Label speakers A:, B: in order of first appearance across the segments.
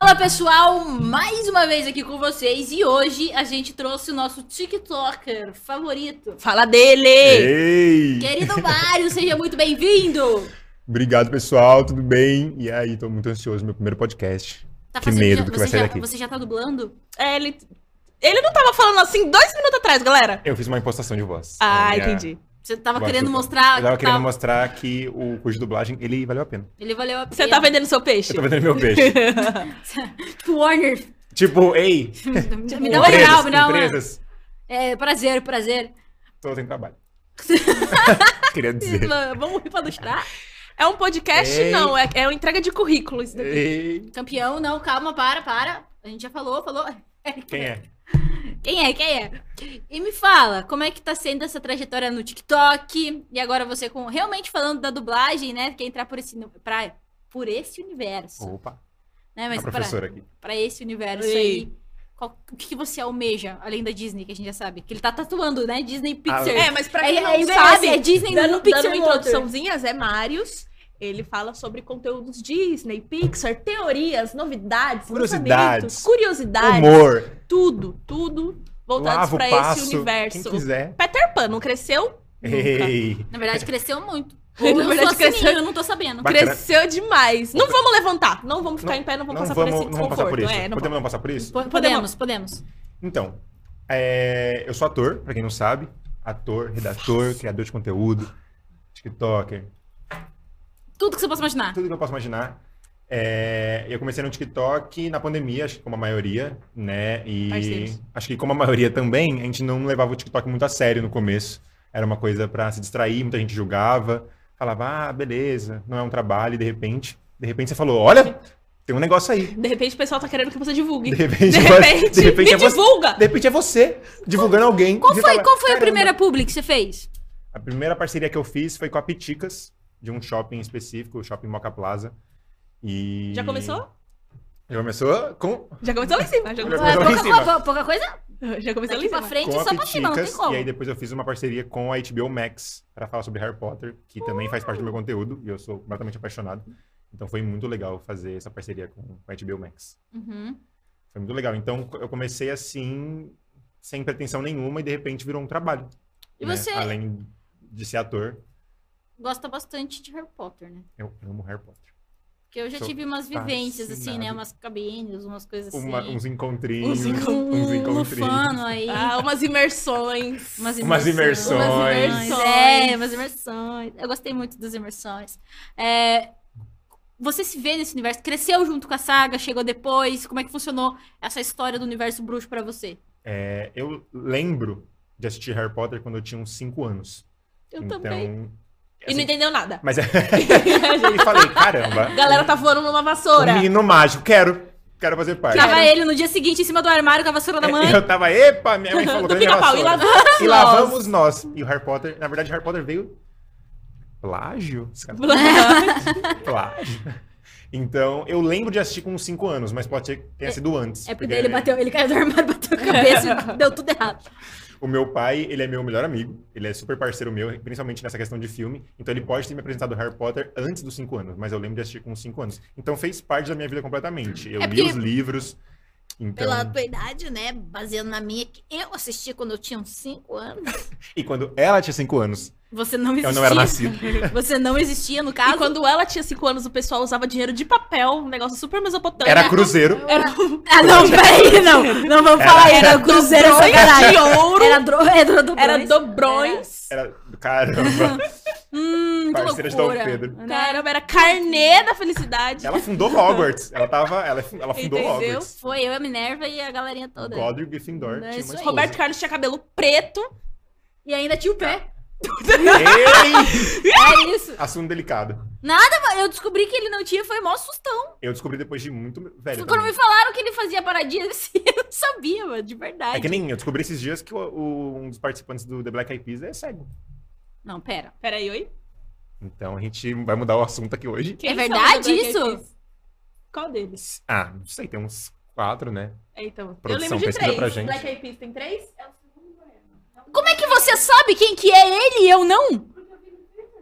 A: Fala pessoal, mais uma vez aqui com vocês e hoje a gente trouxe o nosso TikToker favorito. Fala dele!
B: Ei!
A: Querido Mário, seja muito bem-vindo!
B: Obrigado, pessoal. Tudo bem? E aí, tô muito ansioso. Meu primeiro podcast.
A: Tá
B: Que
A: fazendo-
B: medo
A: já-
B: do que
A: você,
B: vai sair
A: já,
B: daqui.
A: você já tá dublando?
C: É, ele. Ele não tava falando assim dois minutos atrás, galera.
B: Eu fiz uma impostação de voz.
C: Ah,
B: É,
C: entendi.
A: Você tava
B: Boa,
A: querendo
B: desculpa.
A: mostrar.
B: Eu tava
A: que
B: querendo mostrar que o curso de dublagem, ele valeu a pena.
A: Ele valeu a pena.
C: Você tá vendendo seu peixe?
B: Eu tô vendendo meu peixe.
A: Tipo, Warner.
B: tipo, ei!
A: me dá uma
B: empresas,
A: real, me dá uma.
B: empresas,
A: É, prazer, prazer.
B: tô sem trabalho. Queria dizer.
A: Vamos rir pra do chá.
C: É um podcast,
B: Ei.
C: não. É, é uma entrega de currículo isso daqui.
B: Ei!
A: Campeão, não, calma, para, para. A gente já falou, falou.
B: Quem é?
A: Quem é? Quem é? E me fala, como é que tá sendo essa trajetória no TikTok? E agora você com realmente falando da dublagem, né? Quer entrar por esse nu- pra, por esse universo,
B: Opa,
A: né? Mas
B: a
A: pra,
B: professora aqui.
A: pra esse universo
C: Ei.
A: aí, qual- o que que você almeja além da Disney, que a gente já sabe? Que ele tá tatuando, né? Disney Pixar.
C: É, mas pra
A: É-
C: quem não
A: é- é-
C: sabe,
A: é Disney num,
C: dando,
A: Pixar
C: dando um
A: em outro.
C: introduçãozinhas, é Marius. Ele fala sobre conteúdos Disney, Pixar, teorias, novidades,
B: Curiosidades.
C: lançamentos, curiosidades,
B: Humor,
C: tudo, tudo voltados
B: lava o
C: Tá, então, pra
B: passo,
C: esse universo.
B: quem quiser.
C: Peter Pan não cresceu? Nunca.
B: Ei!
A: Na verdade, cresceu muito.
C: Na
A: Ou lançou
C: verdade,
A: a sininho,
C: cresceu-
A: eu não tô sabendo.
B: Bacana.
C: Cresceu demais. Não vamos levantar, não vamos ficar em pé, não vamos
B: Não
C: passar
B: vamos,
C: por esse
B: não vamos passar por
C: desconforto.
B: isso.
C: É, não
B: Podemos não passar por isso?
C: vamos.
A: Podemos, podemos.
B: Então, é, eu sou ator, pra quem não sabe. Ator, redator, criador de conteúdo, TikToker,
A: Tudo que você possa imaginar.
B: tudo que eu posso imaginar. É, eu comecei no TikTok na pandemia, acho que como a maioria, né? E
C: Parceiros.
B: acho que como a maioria também, a gente não levava o TikTok muito a sério no começo. Era uma coisa pra se distrair, muita gente julgava, falava, ah, beleza, não é um trabalho, e de repente, de repente você falou, olha, tem um negócio aí.
C: De repente o pessoal tá querendo que você divulgue.
B: De
C: De
B: repente,
C: repente,
B: de repente
C: me
B: é você.
C: divulga!
B: De repente é você divulgando alguém.
A: Qual
B: Você
A: foi,
B: fala,
A: qual foi a
B: "Caramba,
A: primeira publi que você fez?
B: A primeira parceria que eu fiz foi com a Piticas, de um shopping específico, o Shopping Moca Plaza. E...
C: Já começou?
B: Já começou com,
C: Já começou lá em cima. Já
B: Mas
A: Ah,
B: lá
C: começou,
B: em cima.
A: pouca, pouca- pouca coisa?
C: já começou lá
A: Daqui
C: em
A: pra
C: cima.
A: frente é
B: com
A: só
B: a
A: pra cima, não tem
B: Piticas.
A: como.
B: E aí depois eu fiz uma parceria com a HBO Max para falar sobre Harry Potter, que também faz parte do meu conteúdo e eu sou completamente apaixonado. Então foi muito legal fazer essa parceria com com a HBO Max.
A: Uhum.
B: Foi muito legal. Então eu comecei assim, sem pretensão nenhuma e de repente virou um trabalho.
A: E
B: né?
A: você-
B: Além de ser ator,
A: Gosta bastante de Harry Potter, né?
B: eu amo Harry Potter.
A: Porque eu já
B: Sou
A: tive umas vivências, assim, né?
B: fascinado.
A: Umas cabines, umas coisas assim.
B: Uma- uns encontrinhos.
C: Uns
A: Um-
B: uns
A: um
B: encontrinhos.
A: lufano aí.
C: Ah, umas imersões.
B: Umas imersões.
A: Umas imersões.
C: Imersões.
A: É, umas imersões. Eu gostei muito das imersões. É, Você se vê nesse universo? Cresceu junto com a saga? Chegou depois? Como é que funcionou essa história do universo bruxo pra você?
B: É, eu lembro de assistir Harry Potter quando eu tinha uns 5 anos.
C: Eu
B: então,
C: também. E não
B: assim,
C: entendeu nada.
B: Mas e falei, caramba.
C: A galera tá voando numa vassoura.
B: Um menino mágico, quero. Quero fazer parte.
A: Tava ele no dia seguinte em cima do armário com a vassoura da mãe.
B: Eu tava, epa, minha mãe é, falou
C: Do
B: que era minha
C: pica-pau, e
B: vassoura.
C: lavamos
B: E
C: nós.
B: lavamos nós. E o Harry Potter, na verdade, Harry Potter veio. Plágio? Esse cara- Plágio. Então, eu lembro de assistir com uns 5 anos, mas pode ser que tenha sido antes.
A: É porque ele bateu, ele caiu do armário, bateu a cabeça e deu tudo errado.
B: O meu pai, ele é meu melhor amigo, ele é super parceiro meu, principalmente nessa questão de filme. Então ele pode ter me apresentado Harry Potter antes dos 5 anos, mas eu lembro de assistir com 5 anos. Então fez parte da minha vida completamente. Eu
A: É
B: li
A: porque-
B: os livros. Então,
A: Pela tua idade, né? Baseando na minha, que eu assisti quando eu tinha uns 5 anos.
B: e quando ela tinha 5 anos,
A: Você não existia.
B: eu não era nascido.
A: Você não existia, no caso.
C: E quando ela tinha 5 anos, o pessoal usava dinheiro de papel, um negócio super mesopotâmico.
B: Era cruzeiro.
C: Era
A: Ah, não, peraí, não. Não vamos falar aí. Era cruzeiro
C: Era
A: sacanagem.
C: de ouro.
A: Era, dro... era dobrões.
C: Era dobrões.
B: Era caramba.
A: Hum, que
B: Parceira de Dom
A: loucura.
B: Pedro.
A: Né?
C: Caramba, era carnê da felicidade.
B: Ela fundou Hogwarts. Ela tava, ela, ela fundou
C: Entendeu?
B: Hogwarts.
A: Foi eu, a Minerva e a galerinha toda.
B: Godric Gryffindor.
A: Não,
B: tinha
A: isso aí.
B: uma esposa.
C: Roberto Carlos tinha cabelo preto.
A: E ainda tinha o pé.
B: Ei!
A: É isso.
B: Assunto delicado.
A: Eu descobri que ele não tinha, foi mó sustão.
B: Eu descobri depois de muito velho.
A: Quando
B: também.
A: me falaram que ele fazia paradinha, assim, eu não sabia, mano, de verdade.
B: É que nem eu descobri esses dias que o- o- um dos participantes do The Black Eyed Peas é cego.
A: Não, pera.
C: Peraí, oi?
B: Então a gente vai mudar o assunto aqui hoje.
C: Quem
A: É
C: são os
A: verdade
C: Black Eyed
A: isso?
C: Peas? Qual deles?
B: Ah, não sei, tem uns quatro, né?
C: É, então.
B: Produção,
C: eu lembro de
B: pesquisa
C: três.
B: pra gente.
C: Black Eyed Peas tem três? Ah,
A: Como é que você sabe quem que é ele e eu não?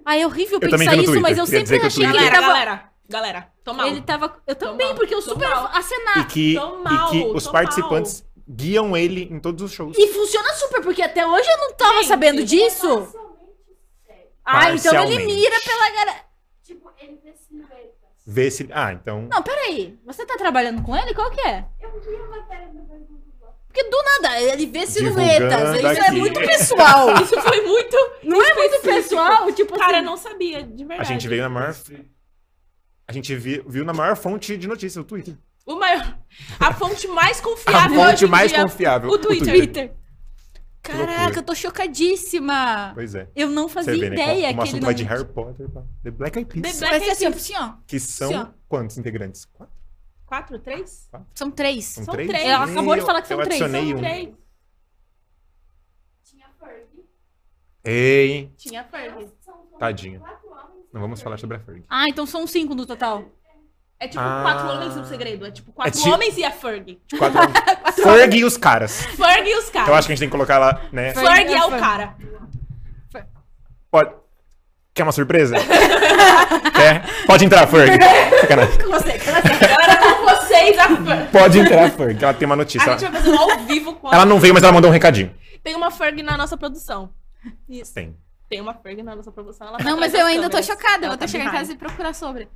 A: Ah, é horrível
B: Eu também
A: pensar
B: vi no
A: isso,
B: Twitter.
A: mas eu
B: Queria dizer
A: sempre
B: que eu
A: achei
C: então
A: que ele
C: Galera,
A: tava...
C: galera, galera. Tô mal.
A: Ele tava. Eu
C: Tô
A: também,
C: mal,
A: porque eu
C: tô
A: super
C: mal.
B: E
A: acenar.
B: que,
C: tô mal,
B: e que os
C: tô
B: participantes guiam ele em todos os shows.
A: E funciona super, porque até hoje eu não tava
C: Gente,
A: sabendo
D: é
A: disso. Ah, então ele
B: Parcialmente.
A: mira pela galera.
D: Tipo, ele vê silhuetas.
B: Vê se. Ah, então.
A: Não, peraí. Você tá trabalhando com ele? Qual que é?
D: Eu vi a matéria do Facebook.
A: Porque do nada, ele vê
B: Divulgando
A: silhuetas. Isso é
B: aqui.
A: muito pessoal.
C: Isso foi muito.
A: Não é muito pessoal, tipo
C: Cara,
A: assim.
C: não sabia, de
B: A
C: verdade.
B: gente veio na maior. A gente vi- viu na maior fonte de notícia, o Twitter.
C: O maior... A fonte mais
B: A
C: confiável. hoje
B: fonte
C: em
B: mais
C: dia,
B: confiável.
C: O Twitter.
A: Caraca,
B: loucura.
A: eu tô chocadíssima.
B: Pois é.
A: Eu não
B: Você
A: fazia
B: vê, né?
A: ideia que
B: como- Um
A: ele
B: assunto
A: não...
B: vai de Harry Potter pra The Black Eyed Peas.
C: The
A: Vai ser assim, ó, assim, ó.
B: Que são
A: Sim, ó.
B: quantos integrantes? Quatro?
C: Quatro, três?
A: São três.
B: São,
C: São
B: três?
C: três.
A: Ela acabou de
B: Eu-
A: falar que são
B: eu
A: três.
B: adicionei
C: São
B: um.
C: três.
D: Tinha Ferg.
B: Ei,
C: Tinha Ferg.
D: São são
B: Tadinha.
D: quatro homens.
B: não vamos falar sobre a Ferg.
A: Ah, então são cinco no total.
C: É tipo
B: Ah.
C: quatro homens e um segredo. É tipo quatro
B: ti-
C: homens e a Ferg.
B: De quatro Ferg e os caras.
C: Ferg e os
B: Então
C: caras.
B: acho que a gente tem que colocar lá, né?
A: Ferg
C: Ferg é o
A: Ferg.
C: cara.
B: Pode... Quer uma surpresa? Quer? Pode entrar, Ferg. Sacanagem.
C: Galera, com vocês a Ferg.
B: Pode entrar, Ferg. que Ela tem uma notícia.
C: A
B: Ela...
C: gente vai fazer um ao vivo com a...
B: ela não veio, mas ela mandou um recadinho.
C: Tem uma Ferg na nossa produção. Isso.
B: Tem.
C: Tem uma Ferg na nossa produção. Ela tá
A: Não,
C: atrás
A: mas eu
C: das
A: ainda tô
C: câmeras.
A: chocada. Eu
C: Ela
A: vou até
C: tá
A: chegar em
C: behind.
A: casa e procurar sobre.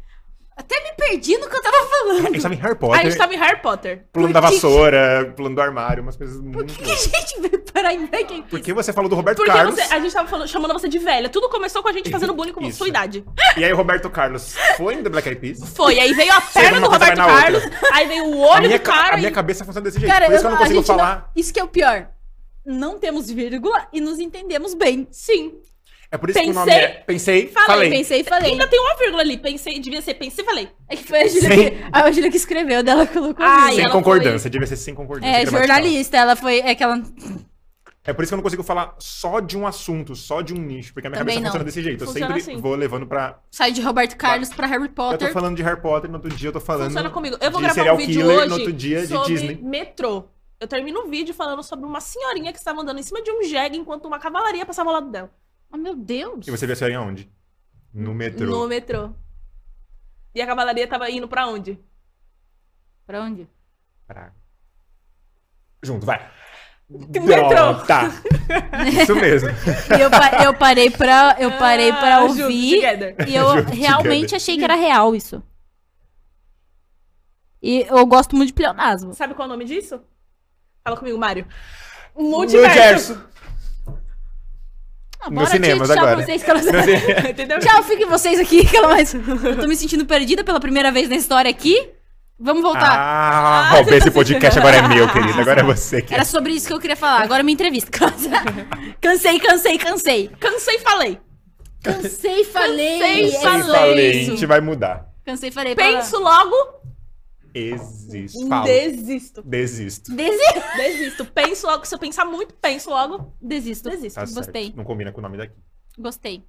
A: Até me perdi no que eu tava
B: A
A: falando.
B: gente tava em Harry
C: A
B: Potter,
C: gente tá tava em Harry Potter.
B: pulando da
A: por que-
B: vassoura, pulando do armário, umas coisas
A: Por
B: muito...
A: que, que a gente veio parar em Black Eyed
B: Por que você falou do Roberto
C: Porque
B: Carlos?
C: você- a gente tava falando- chamando você de velha. Tudo começou com a gente fazendo bullying com
B: Isso.
C: sua idade.
B: E aí o Roberto Carlos foi no The Black Eyed Peas?
C: Foi, aí veio a perna
B: uma
C: do
B: coisa vai
C: Roberto
B: na
C: Carlos, aí veio o olho
B: a minha,
C: do
B: ca-
C: cara
B: a
C: e-
B: minha cabeça funciona desse jeito,
A: Cara,
B: por isso que eu não
A: a
B: consigo
A: gente não-
B: falar.
A: Isso que é o pior. Não temos vírgula e nos entendemos bem.
C: Sim.
B: É por isso que o nome
C: Pensei,
B: é... Pensei,
C: falei,
B: falei.
A: Pensei e falei.
C: Ainda tem uma vírgula ali. Pensei, devia ser, pensei, falei.
A: É que foi a Júlia
B: Sim.
A: que, a Júlia que escreveu, dela colocou.
C: Ai,
A: vírgula.
B: Sem
C: ela
B: concordância, devia ser sem concordância.
A: É,
B: gramatical.
A: jornalista, ela foi. É que ela.
B: É por isso que eu não consigo falar só de um assunto, só de um nicho, porque a minha
A: Também
B: cabeça
A: não.
B: funciona desse jeito.
C: Funciona
B: eu sempre
C: assim.
B: vou levando pra.
A: Sai de Roberto Carlos pra Harry
B: Eu tô
A: Potter.
B: falando de Harry Potter, no outro dia eu tô falando.
C: Funciona comigo. Eu vou
B: de
C: gravar um
B: serial
C: vídeo
B: killer,
C: hoje
B: no outro dia de
C: sobre
B: Disney.
C: metrô. Eu termino o vídeo falando sobre uma senhorinha que estava andando em cima de um jegue enquanto uma cavalaria passava ao lado dela.
A: Oh, meu Deus.
B: E você vê a senhora onde? No metrô.
C: No metrô. E a cavalaria tava indo pra onde?
A: Pra onde?
B: Pra- Junto, vai.
C: metrô.
B: Tá. Isso mesmo.
A: E eu, pa- eu parei pra, eu parei pra
C: Ah, junto,
A: ouvir.
C: together.
A: E eu
B: Junto,
A: realmente
B: together.
A: achei que era real isso. E eu gosto muito de pleonasmo.
C: Sabe qual é o nome disso? Fala comigo, Mário. Um
B: Multiverso.
A: Ah,
B: Nos
A: bora, gente,
B: cinemas
A: tchau
B: agora.
A: Vocês, que elas-
B: Não sei-
C: Entendeu?
A: Tchau, fiquem vocês aqui. Que ela mais... Eu tô me sentindo perdida pela primeira vez na história aqui. Vamos voltar.
B: Ah,
C: Ah,
B: roubei
C: você
B: esse
C: tá
B: podcast, agora é meu, querido. Agora é você que.
A: Era sobre isso que eu queria falar. Agora me entrevista. cansei, cansei, cansei.
C: Cansei e falei.
A: Cansei, falei.
C: Cansei,
A: É
B: Quem
C: falei
B: falei, a
C: isso.
B: gente vai mudar.
A: Cansei, falei.
C: Penso logo,
B: Existo.
C: Um
B: Falo.
C: desisto.
B: Desisto.
A: Desi-
C: Desisto. Penso logo. Se eu pensar muito, penso logo,
A: Desisto.
C: desisto.
B: Tá certo.
A: Gostei.
B: Não combina com o nome daqui.
A: Gostei.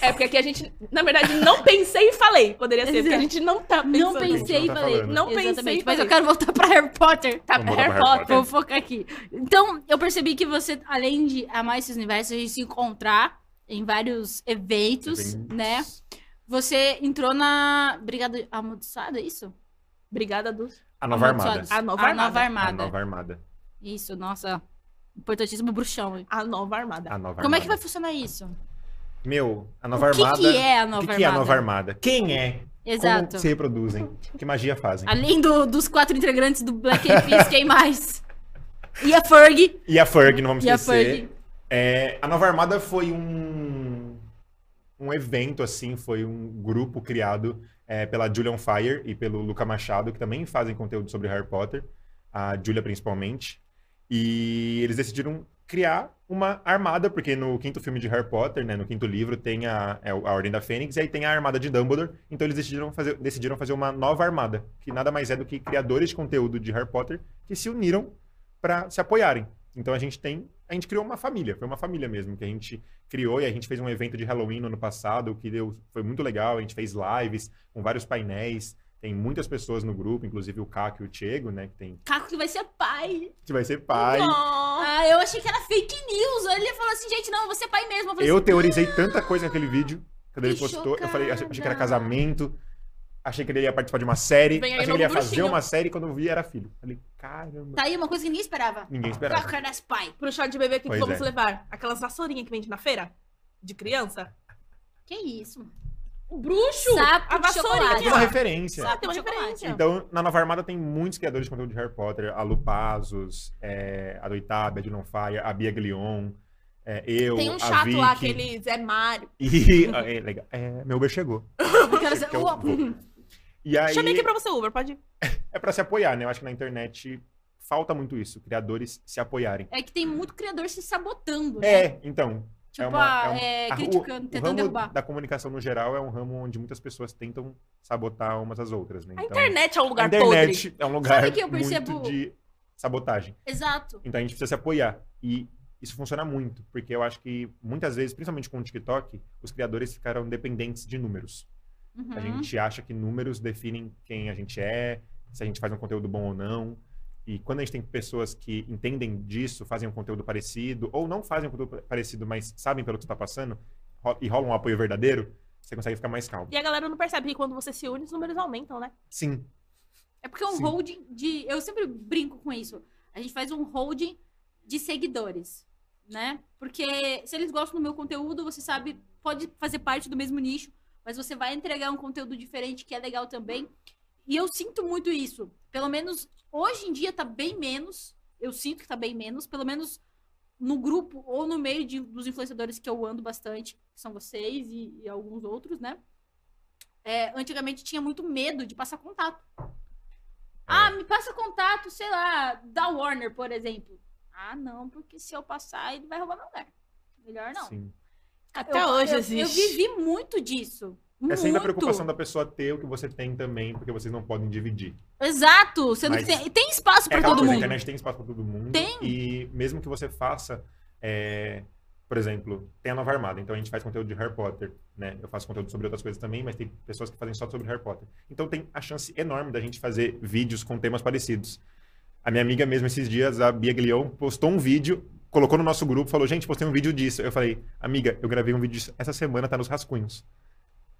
C: É porque aqui a gente, na verdade, não pensei e falei. Poderia ser, porque a gente não tá pensando.
A: Não
B: pensei.
A: pensei e
B: tá
A: falei.
B: falando.
C: Não pensei
A: Exatamente,
C: e
A: mas eu
C: falei.
A: quero voltar pra Harry Potter.
C: Tá,
B: Vamos
C: Harry
B: voltar pra
C: Potter.
A: Vou focar aqui. Então, eu percebi que você, além de amar esses universos e se encontrar em vários eventos,
B: Eventos.
A: né? Você entrou na Brigada Amaldiçoada, é isso?
C: Brigada dos...
B: A nova armada.
A: Amaldiçoados.
C: A Nova
A: a
C: Armada.
A: Nova
B: A
A: Armada.
B: nova armada.
A: Isso, nossa. Importantíssimo bruxão. hein?
C: A nova armada.
B: A nova
A: Como é
B: armada.
A: que vai funcionar isso?
B: Meu, a nova
A: o que,
B: armada.
A: que é a
B: O
A: Nova
B: que,
A: Armada?
B: que é a nova armada? Quem é?
A: Exato.
B: Como se reproduzem? Que magia fazem?
A: Além do- dos quatro integrantes do Black Eyed Peas, quem mais? E a Ferg.
B: E a Ferg, não vamos
A: E a
B: esquecer.
A: Ferg.
B: É, a nova armada foi um um evento assim, foi um grupo criado é, pela Julian Fire e pelo Luca Machado, que também fazem conteúdo sobre Harry Potter, a Julia principalmente. E eles decidiram criar uma armada, porque no quinto filme de Harry Potter, né, no quinto livro, tem a, é o- a Ordem da Fênix, e aí tem a armada de Dumbledore. Então eles decidiram fazer, decidiram fazer uma nova armada, que nada mais é do que criadores de conteúdo de Harry Potter que se uniram para se apoiarem. Então a gente tem. A gente criou uma família, foi uma família mesmo, que a gente criou e a gente fez um evento de Halloween no ano passado, que deu, foi muito legal. A gente fez lives com vários painéis, tem muitas pessoas no grupo, inclusive o Caco e o Chego, né? Que, tem,
A: Caco que vai ser pai.
B: que vai ser pai.
C: Não.
A: Ah, eu achei que era fake news. Ele falou assim, gente, não, eu vou ser pai mesmo. Eu falei
B: Eu
A: assim,
B: teorizei tanta coisa naquele vídeo. Quando ele
A: Que
B: postou, eu falei, achei achei que era
A: chocada.
B: casamento. Achei que ele ia participar de uma série.
C: Vem aí
B: achei que
C: novo
B: ele ia fazer
C: bruxinho.
B: uma série quando eu vi era filho. Falei, caramba.
A: Tá aí uma coisa que ninguém esperava.
B: Ninguém esperava.
A: Toca nas pai.
C: Pro chá de bebê, o que que
B: Pois
C: vamos
B: é.
C: levar? Aquelas vassourinhas que vende na feira? De criança?
A: Que isso, mano.
C: O bruxo!
A: Sapo
C: a
A: de
C: vassourinha!
A: chocolate.
B: Uma referência.
A: Sabe,
C: tem uma
A: chocolate.
C: referência.
B: Então, na Nova Armada tem muitos criadores de conteúdo de Harry Potter. A Lu Pazos, é, a Doitab, a Julian Faia, a Bia Glion, é, eu,
C: Tem um
B: a
C: chato
B: Vicky.
C: lá, aquele
A: é
C: Zé Mário.
B: E, é, legal. É, meu Uber chegou.
A: Eu quero dizer,
B: Que eu
A: uou,
B: vou. E aí,
C: Chamei aqui pra você, Uber, pode ir.
B: é pra se apoiar, né? Eu acho que na internet falta muito isso. Criadores se apoiarem.
A: É que tem muito criador se sabotando, né?
B: É, então,
A: Tipo,
B: uma- é
A: ah,
B: um-
A: é,
B: a- o-
A: criticando,
B: o
A: tentando
B: ramo
A: derrubar.
B: da comunicação no geral é um ramo onde muitas pessoas tentam sabotar umas às outras, né?
C: A internet é um
B: a
C: lugar podre.
B: internet é um lugar
A: Sabe que eu percebo-
B: muito de sabotagem.
A: Exato.
B: Então a gente precisa se apoiar. E isso funciona muito, porque eu acho que muitas vezes, principalmente com o TikTok, os criadores ficaram dependentes de números. A
A: Uhum.
B: gente acha que números definem quem a gente é, se a gente faz um conteúdo bom ou não. E quando a gente tem pessoas que entendem disso, fazem um conteúdo parecido, ou não fazem um conteúdo parecido, mas sabem pelo que está passando, ro- e rola um apoio verdadeiro, você consegue ficar mais calmo.
C: E a galera não percebe que quando você se une, os números aumentam, né?
B: Sim,
A: É porque é um
B: Sim.
A: holding de. Eu sempre brinco com isso. A gente faz um holding de seguidores, né? Porque se eles gostam do meu conteúdo, você sabe, pode fazer parte do mesmo nicho, mas você vai entregar um conteúdo diferente que é legal também. E eu sinto muito isso. Pelo menos hoje em dia tá bem menos. Eu sinto que tá bem menos, pelo menos no grupo ou no meio de- dos influenciadores que eu ando bastante, que são vocês e, e alguns outros, né? É, antigamente tinha muito medo de passar contato.
B: É.
A: Ah, me passa contato, sei lá, da Warner, por exemplo. Ah, não, porque se eu passar, ele vai roubar meu lugar. Melhor não.
B: sim.
C: Até
A: Eu-
C: hoje
A: eu, Eu
C: existe.
A: vivi muito disso.
B: É
A: muito.
B: sempre a preocupação da pessoa ter o que você tem também, porque vocês não podem dividir.
A: Exato. Sendo
B: Mas-
A: que tem, tem espaço
B: É
A: pra
B: aquela
A: todo
B: coisa,
A: mundo.
B: A internet tem espaço para todo mundo.
A: Tem.
B: E mesmo que você faça, é, por exemplo, tem a Nova Armada, então a gente faz conteúdo de Harry Potter, né? Eu faço conteúdo sobre outras coisas também, mas tem pessoas que fazem só sobre Harry Potter. Então tem a chance enorme da gente fazer vídeos com temas parecidos. A minha amiga mesmo esses dias, a Bia Glion, postou um vídeo, colocou no nosso grupo, falou, gente, postei um vídeo disso. Eu falei, amiga, eu gravei um vídeo disso essa semana, tá nos rascunhos.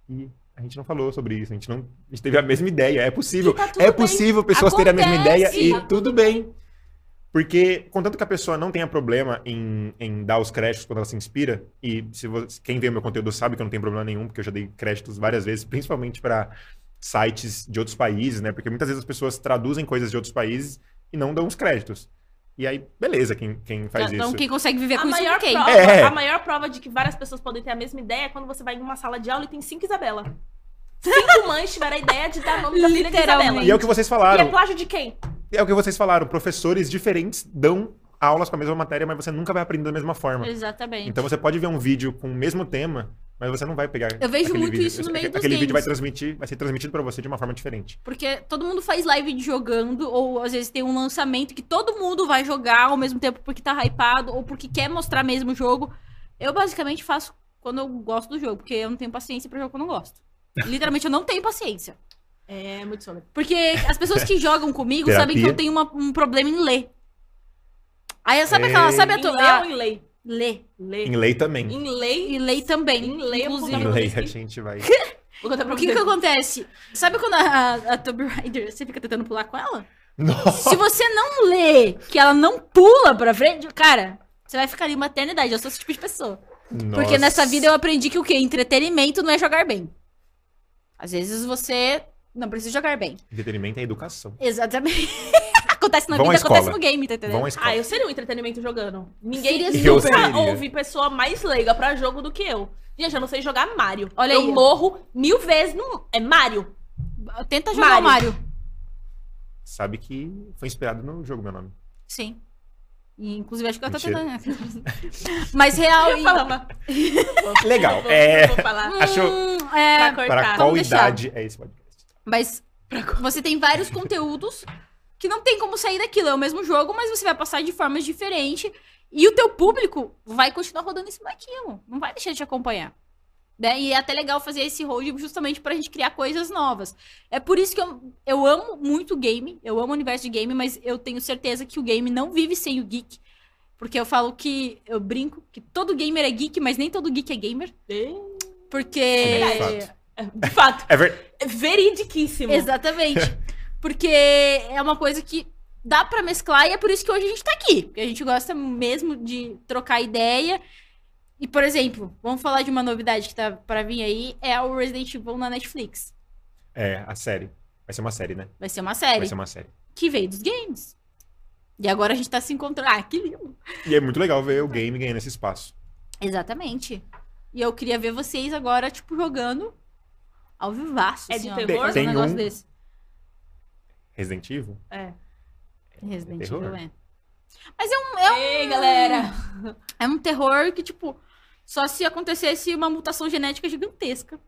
B: E a gente não falou sobre isso, a gente não a gente teve a mesma ideia, é possível.
C: E tá tudo
B: É
C: bem.
B: possível pessoas terem a mesma ideia
A: Acontece.
B: e tudo bem. Porque, contanto que a pessoa não tenha problema em, em dar os créditos quando ela se inspira, e se você- quem vê o meu conteúdo sabe que eu não tenho problema nenhum, porque eu já dei créditos várias vezes, principalmente para sites de outros países, né? Porque muitas vezes as pessoas traduzem coisas de outros países e não dão os créditos. E aí, beleza, quem, quem faz
A: Então,
B: isso.
A: quem consegue viver
C: A
A: com isso
C: maior,
A: ok.
C: prova,
B: É.
C: a maior prova de que várias pessoas podem ter a mesma ideia é quando você vai em uma sala de aula e tem cinco Isabela. Cinco mães tiveram a ideia de dar nome da filha de Isabela.
A: Literalmente.
B: E é o que
C: E
B: vocês
C: é
B: falaram.
C: plágio de quem?
B: É o que vocês falaram. Professores diferentes dão aulas com a mesma matéria, mas você nunca vai aprender da mesma forma.
A: Exatamente.
B: Então você pode ver um vídeo com o mesmo tema, mas você não vai pegar.
A: Eu vejo
B: aquele
A: muito
B: vídeo.
A: isso no meio
B: Aquele
A: dos
B: vídeo vai
A: games.
B: transmitir, vai ser transmitido pra você de uma forma diferente.
A: Porque todo mundo faz live de jogando, ou às vezes tem um lançamento que todo mundo vai jogar ao mesmo tempo porque tá hypado, ou porque quer mostrar mesmo o jogo. Eu basicamente faço quando eu gosto do jogo, porque eu não tenho paciência pra jogo que eu não gosto. Literalmente, eu não tenho paciência.
C: É muito sono.
A: Porque as pessoas que jogam comigo
B: Terapia.
A: sabem que eu tenho uma- um problema em ler. Aí sabe aquela.
B: Ei.
A: Sabe a
C: Em
A: tua.
C: lei ou
A: Ah,
C: em lei?
A: ler.
C: Lei.
B: Em lei também.
C: Em lei.
A: E ler também.
C: Em ler,
A: inclusive.
B: Em
C: eu
B: lei a
C: esqueci.
B: gente vai.
C: Vou contar pra
A: O que que
C: vocês.
A: acontece? Sabe quando a, a, a Tomb Raider, você fica tentando pular com ela?
B: Nossa!
A: Se você não lê que ela não pula pra frente, cara, você vai ficar ali uma eternidade. Eu sou esse tipo de pessoa. Porque nessa vida eu aprendi que o quê? Entretenimento não é jogar bem. Às vezes você não precisa jogar bem.
B: Entretenimento é educação.
A: Exatamente. acontece na
B: Vão à
A: vida, acontece
B: escola.
A: no game, tá entendendo?
B: Vão à escola.
C: Ah, eu seria um entretenimento jogando. Ninguém
A: Seria
B: Eu
C: nunca
B: seria.
C: ouvi pessoa mais leiga pra jogo do que eu. Gente, eu não sei jogar Mario.
A: Olha
C: eu
A: aí.
C: morro mil vezes no. É Mario.
A: Tenta jogar o
C: Mario.
A: Mario.
B: Sabe que foi inspirado no jogo, meu nome.
A: Sim. E, inclusive, acho que eu tô
B: Mentira.
A: tentando. né? Mas real.
C: Eu
A: e-
C: falava.
B: Legal,
C: Eu vou,
B: é-
C: eu vou falar.
B: Achou
A: Hum, é,
C: Pra cortar.
B: para qual
A: Vamos deixar.
B: idade é esse podcast?
A: Mas você tem vários conteúdos que não tem como sair daquilo. É o mesmo jogo, mas você vai passar de formas diferentes. E o teu público vai continuar rodando em cima daquilo. Não vai deixar de te acompanhar. Né? E é até legal fazer esse road justamente pra gente criar coisas novas. É por isso que eu, eu amo muito game, eu amo o universo de game, mas eu tenho certeza que o game não vive sem o geek. Porque eu falo que, eu brinco, que todo gamer é geek, mas nem todo geek é gamer.
C: Ih,
A: Porque
B: É verdade.
C: De fato.
B: É ver...
C: É veridiquíssimo.
A: Exatamente. Porque é uma coisa que dá pra mesclar e é por isso que hoje a gente tá aqui. Porque a gente gosta mesmo de trocar ideia. E, por exemplo, vamos falar de uma novidade que tá pra vir aí, é o Resident Evil na Netflix.
B: É, a série. Vai ser uma série, né?
A: Vai ser uma série
B: Vai ser uma série.
A: que veio dos games. E agora a gente tá se encontrando. Ah, que lindo!
B: E é muito legal ver o game ganhando esse espaço.
A: Exatamente. E eu queria ver vocês agora, tipo, jogando ao vivaço.
C: É de
A: ó,
C: terror?
A: fazendo
B: Tem
A: um negócio
B: um-
A: desse.
B: Resident Evil?
C: É.
A: Resident
B: terror?
A: Evil, é. Mas é um,
C: Ei, galera!
A: é um terror que, tipo, só se acontecesse uma mutação genética gigantesca.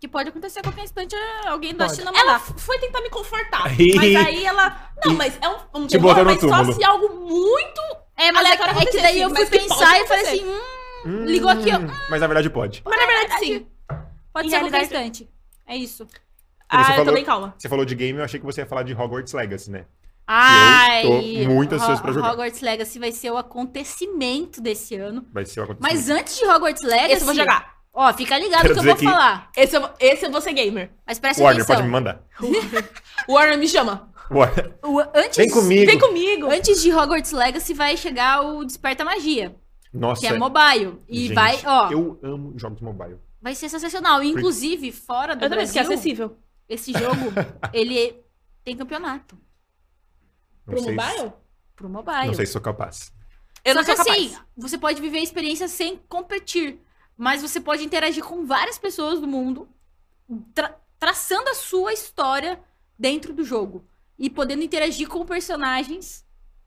A: Que pode acontecer a qualquer instante é, alguém da
B: Pode.
A: China
C: Ela
A: mandar.
C: f- foi tentar me confortar.
B: Aí-
C: Mas aí ela. Não, mas é um, um
B: Te
C: terror,
B: botou no
C: mas só
B: túmulo.
C: se algo muito.
A: É, mas é, que-
C: Aleatório
A: é que daí
C: acontecer,
A: eu
C: sim,
A: fui
C: assim, mas que
A: pensar
C: pode
A: e falei
C: acontecer.
A: assim, hum, Ligou aqui, ó.
B: Hum, Mas na verdade é, pode.
C: Mas na verdade,
A: verdade,
C: sim.
A: pode
C: Em
A: ser a qualquer
C: realidade-
A: instante. É isso.
B: Você
C: Ah, eu tô
B: falou-
C: bem calma.
B: Você falou de game, eu achei que você ia falar de Hogwarts Legacy, né?
A: Ai,
B: tô muito ansioso
A: Ho-
B: pra jogar.
A: Hogwarts Legacy vai ser o acontecimento desse ano.
B: Vai ser o acontecimento.
A: Mas antes de Hogwarts
B: É
A: Legacy,
C: Esse eu
B: assim.
C: vou jogar.
A: ó, fica ligado
B: Quero
A: que eu
B: dizer
A: vou
B: que-
A: falar.
C: Esse eu, vou- esse eu vou ser gamer.
A: Mas presta
B: Warner,
A: atenção.
B: pode me mandar.
C: Warner me chama.
B: Warner.
A: O- antes,
B: Vem comigo.
C: Vem comigo.
A: antes de Hogwarts Legacy vai chegar o Desperta Magia,
B: Nossa.
A: que é mobile. E
B: gente,
A: vai, ó,
B: Eu amo jogos mobile.
A: Vai ser sensacional. Inclusive, fora do
C: Eu também, porque
A: Brasil,
C: é acessível.
A: esse jogo, ele tem campeonato
B: Não
C: Pro
B: sei Se...
C: mobile?
A: pro mobile.
B: Não sei se sou capaz.
C: Eu
A: Só
C: não sou
A: que
C: capaz.
A: assim, você pode viver a experiência sem competir. Mas você pode interagir com várias pessoas do mundo, tra- traçando a sua história dentro do jogo. E podendo interagir com personagens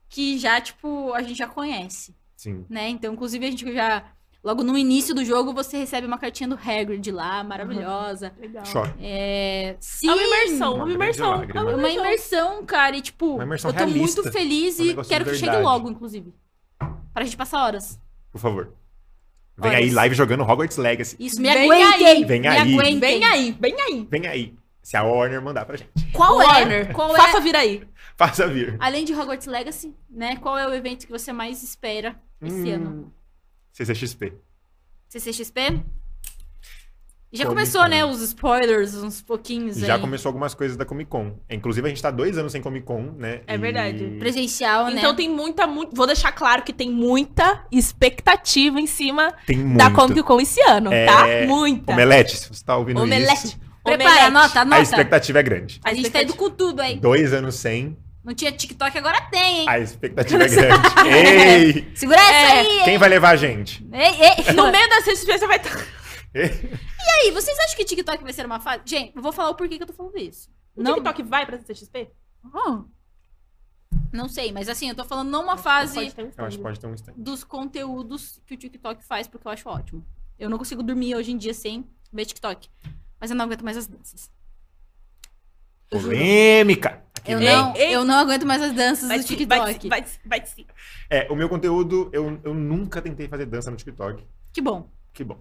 A: que já, tipo, a gente já conhece,
B: Sim.
A: né? Então, inclusive, a gente já... Logo no início do jogo, você recebe uma cartinha do Hagrid lá, maravilhosa.
C: Legal.
B: Chora.
A: Então, É... Sim!
C: É uma imersão, uma
B: Uma grande
C: imersão.
B: lágrima.
C: É
A: É Uma imersão, cara, e tipo,
B: Uma imersão
A: eu tô
B: realista.
A: muito feliz
B: Um
A: e
B: negócio
A: quero
B: de
A: que chegue
B: verdade.
A: logo, inclusive. Pra gente passar horas.
B: Por favor. Vem
A: Olha
B: aí,
A: isso.
B: live jogando Hogwarts Legacy.
A: Isso, me
C: Vem
A: aguentem!
C: aí.
B: Vem
A: me
B: aí.
A: aguentem.
C: Vem aí, vem aí.
B: Vem aí. Se a Warner mandar pra gente.
A: Qual é?
C: Warner,
A: Qual é?
C: faça vir aí.
B: Faça vir.
A: Além de Hogwarts Legacy, né? Qual é o evento que você mais espera esse
B: Hum.
A: ano?
B: CCXP.
A: CCXP? Já
B: Comic
A: começou,
B: Con.
A: né? Os spoilers, uns pouquinhos
B: Já
A: aí.
B: começou algumas coisas da Comic Con. Inclusive, a gente tá dois anos sem Comic Con, né?
C: É verdade.
A: Presencial, né?
C: Então tem muita, mu- vou deixar claro que tem muita expectativa em cima
B: Tem muito.
C: da Comic Con esse ano,
B: É,
C: tá? Muita.
B: Omelete, se você tá ouvindo isso.
C: Omelete.
A: Prepara, anota,
B: A
A: anota.
B: expectativa é grande.
A: A gente tá indo com tudo aí.
B: Dois anos sem,
A: Não tinha TikTok, agora tem, hein?
B: a expectativa é grande. Ei!
A: Segura essa
C: É.
A: aí! hein?
B: Quem vai levar a gente?
A: Ei, ei!
C: No meio da CXP você vai tá- estar.
A: Aí, vocês acham que TikTok vai ser uma fase? Gente, eu vou falar o porquê que eu tô falando isso.
C: Não.
A: Não, Hum.
C: TikTok vai pra CXP?
A: não sei, mas assim, eu tô falando não uma fase
B: Eu acho que pode ter um instante.
A: dos conteúdos que o TikTok faz, porque eu acho ótimo. Eu não consigo dormir hoje em dia sem ver TikTok. Mas eu não aguento mais as danças.
B: Polêmica!
A: Eu
C: Ei,
A: não,
C: ei.
A: eu não aguento mais as danças
C: Vai
A: do
C: sim,
A: TikTok.
C: vai sim, vai sim, vai sim.
B: É, o meu conteúdo, eu, eu nunca tentei fazer dança no TikTok.
A: Que bom.
B: Que bom.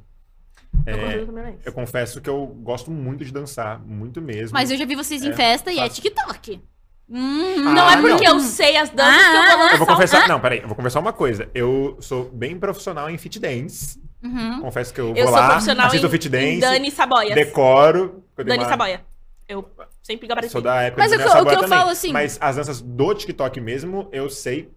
C: Meu
B: É,
C: conteúdo também não é esse.
B: eu confesso que eu gosto muito de dançar, muito mesmo.
A: Mas eu já vi vocês em
B: É,
A: festa e é
B: faço.
A: TikTok. Hum,
B: Ah,
C: Não é porque
B: não.
C: eu sei as danças que eu
A: Ah,
C: vou lançar.
B: Eu vou confessar. Não, peraí, eu vou confessar uma coisa. Eu sou bem profissional em fit dance.
A: Uhum.
B: Confesso que eu vou
C: Eu sou
B: lá,
C: profissional
B: assisto
C: em,
B: fit
C: em
B: dance,
C: Dani Saboias.
B: decoro. eu dei
C: Dani
B: uma-
C: Saboia. Eu sempre gabaritei.
B: Sou da época
A: Mas
B: do
A: o que
B: Daniel
A: eu- o que
B: Saboia
A: eu
B: também.
A: falo, assim-
B: Mas as danças do TikTok mesmo, eu sei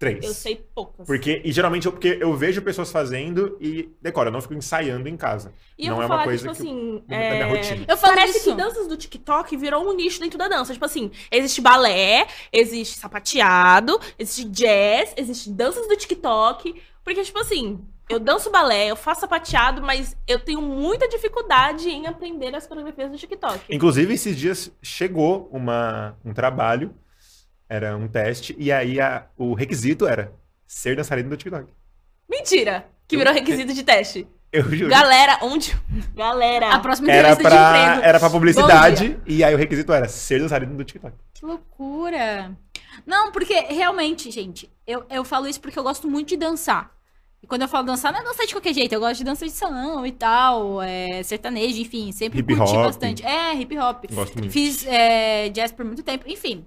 B: três.
C: Eu sei poucas.
B: Porque, e geralmente, eu, porque eu vejo pessoas fazendo e decoro, eu não fico ensaiando em casa.
C: E eu
B: não
C: vou
B: é uma
C: falar
B: coisa
C: que,
B: que
C: tipo assim.
B: Da minha
C: é,
B: rotina.
A: Eu falo
C: Parece
A: isso.
C: que danças do TikTok virou um nicho dentro da dança. Tipo assim, existe balé, existe sapateado, existe jazz, existe danças do TikTok. Porque, tipo assim, eu danço balé, eu faço sapateado, mas eu tenho muita dificuldade em aprender as coreografias do TikTok.
B: Inclusive, esses dias chegou uma, um trabalho, era um teste, e aí a- o requisito era ser dançarino do TikTok.
C: Mentira! Que virou requisito de teste.
B: Eu juro.
C: Galera, onde. Galera!
A: A próxima
B: Era
A: entrevista de
B: pra, é
A: emprego.
B: era pra publicidade, e aí o requisito era ser dançarino do TikTok.
A: Que loucura! Não, porque realmente, gente, eu, eu falo isso porque eu gosto muito de dançar. E quando eu falo dançar, não é dançar de qualquer jeito. Eu gosto de dança de salão e tal, é, sertanejo, enfim. Sempre
B: Hip
A: curti
B: hop.
A: bastante. É, hip hop.
B: Gosto muito.
A: Fiz é, jazz por muito tempo. Enfim,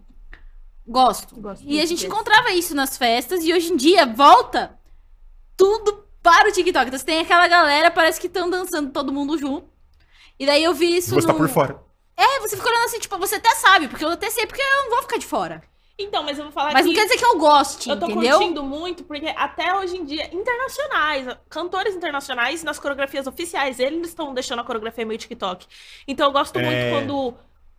A: gosto.
C: Gosto
A: E
C: muito
A: a gente
C: de jazz.
A: encontrava isso nas festas. E hoje em dia, volta tudo para o TikTok. Então, você tem aquela galera, parece que estão dançando todo mundo junto. E daí eu vi isso
B: Você tá
A: no-
B: por fora.
A: É, você fica olhando assim, tipo, você até sabe, porque eu até sei, porque eu não vou ficar de fora.
C: Então, mas eu vou falar
A: Mas
C: que
A: não quer dizer que eu goste,
C: eu tô
A: entendeu?
C: curtindo muito, porque até hoje em dia, internacionais, cantores internacionais, nas coreografias oficiais, eles estão deixando a coreografia meio TikTok. Então eu gosto
B: É.
C: muito quando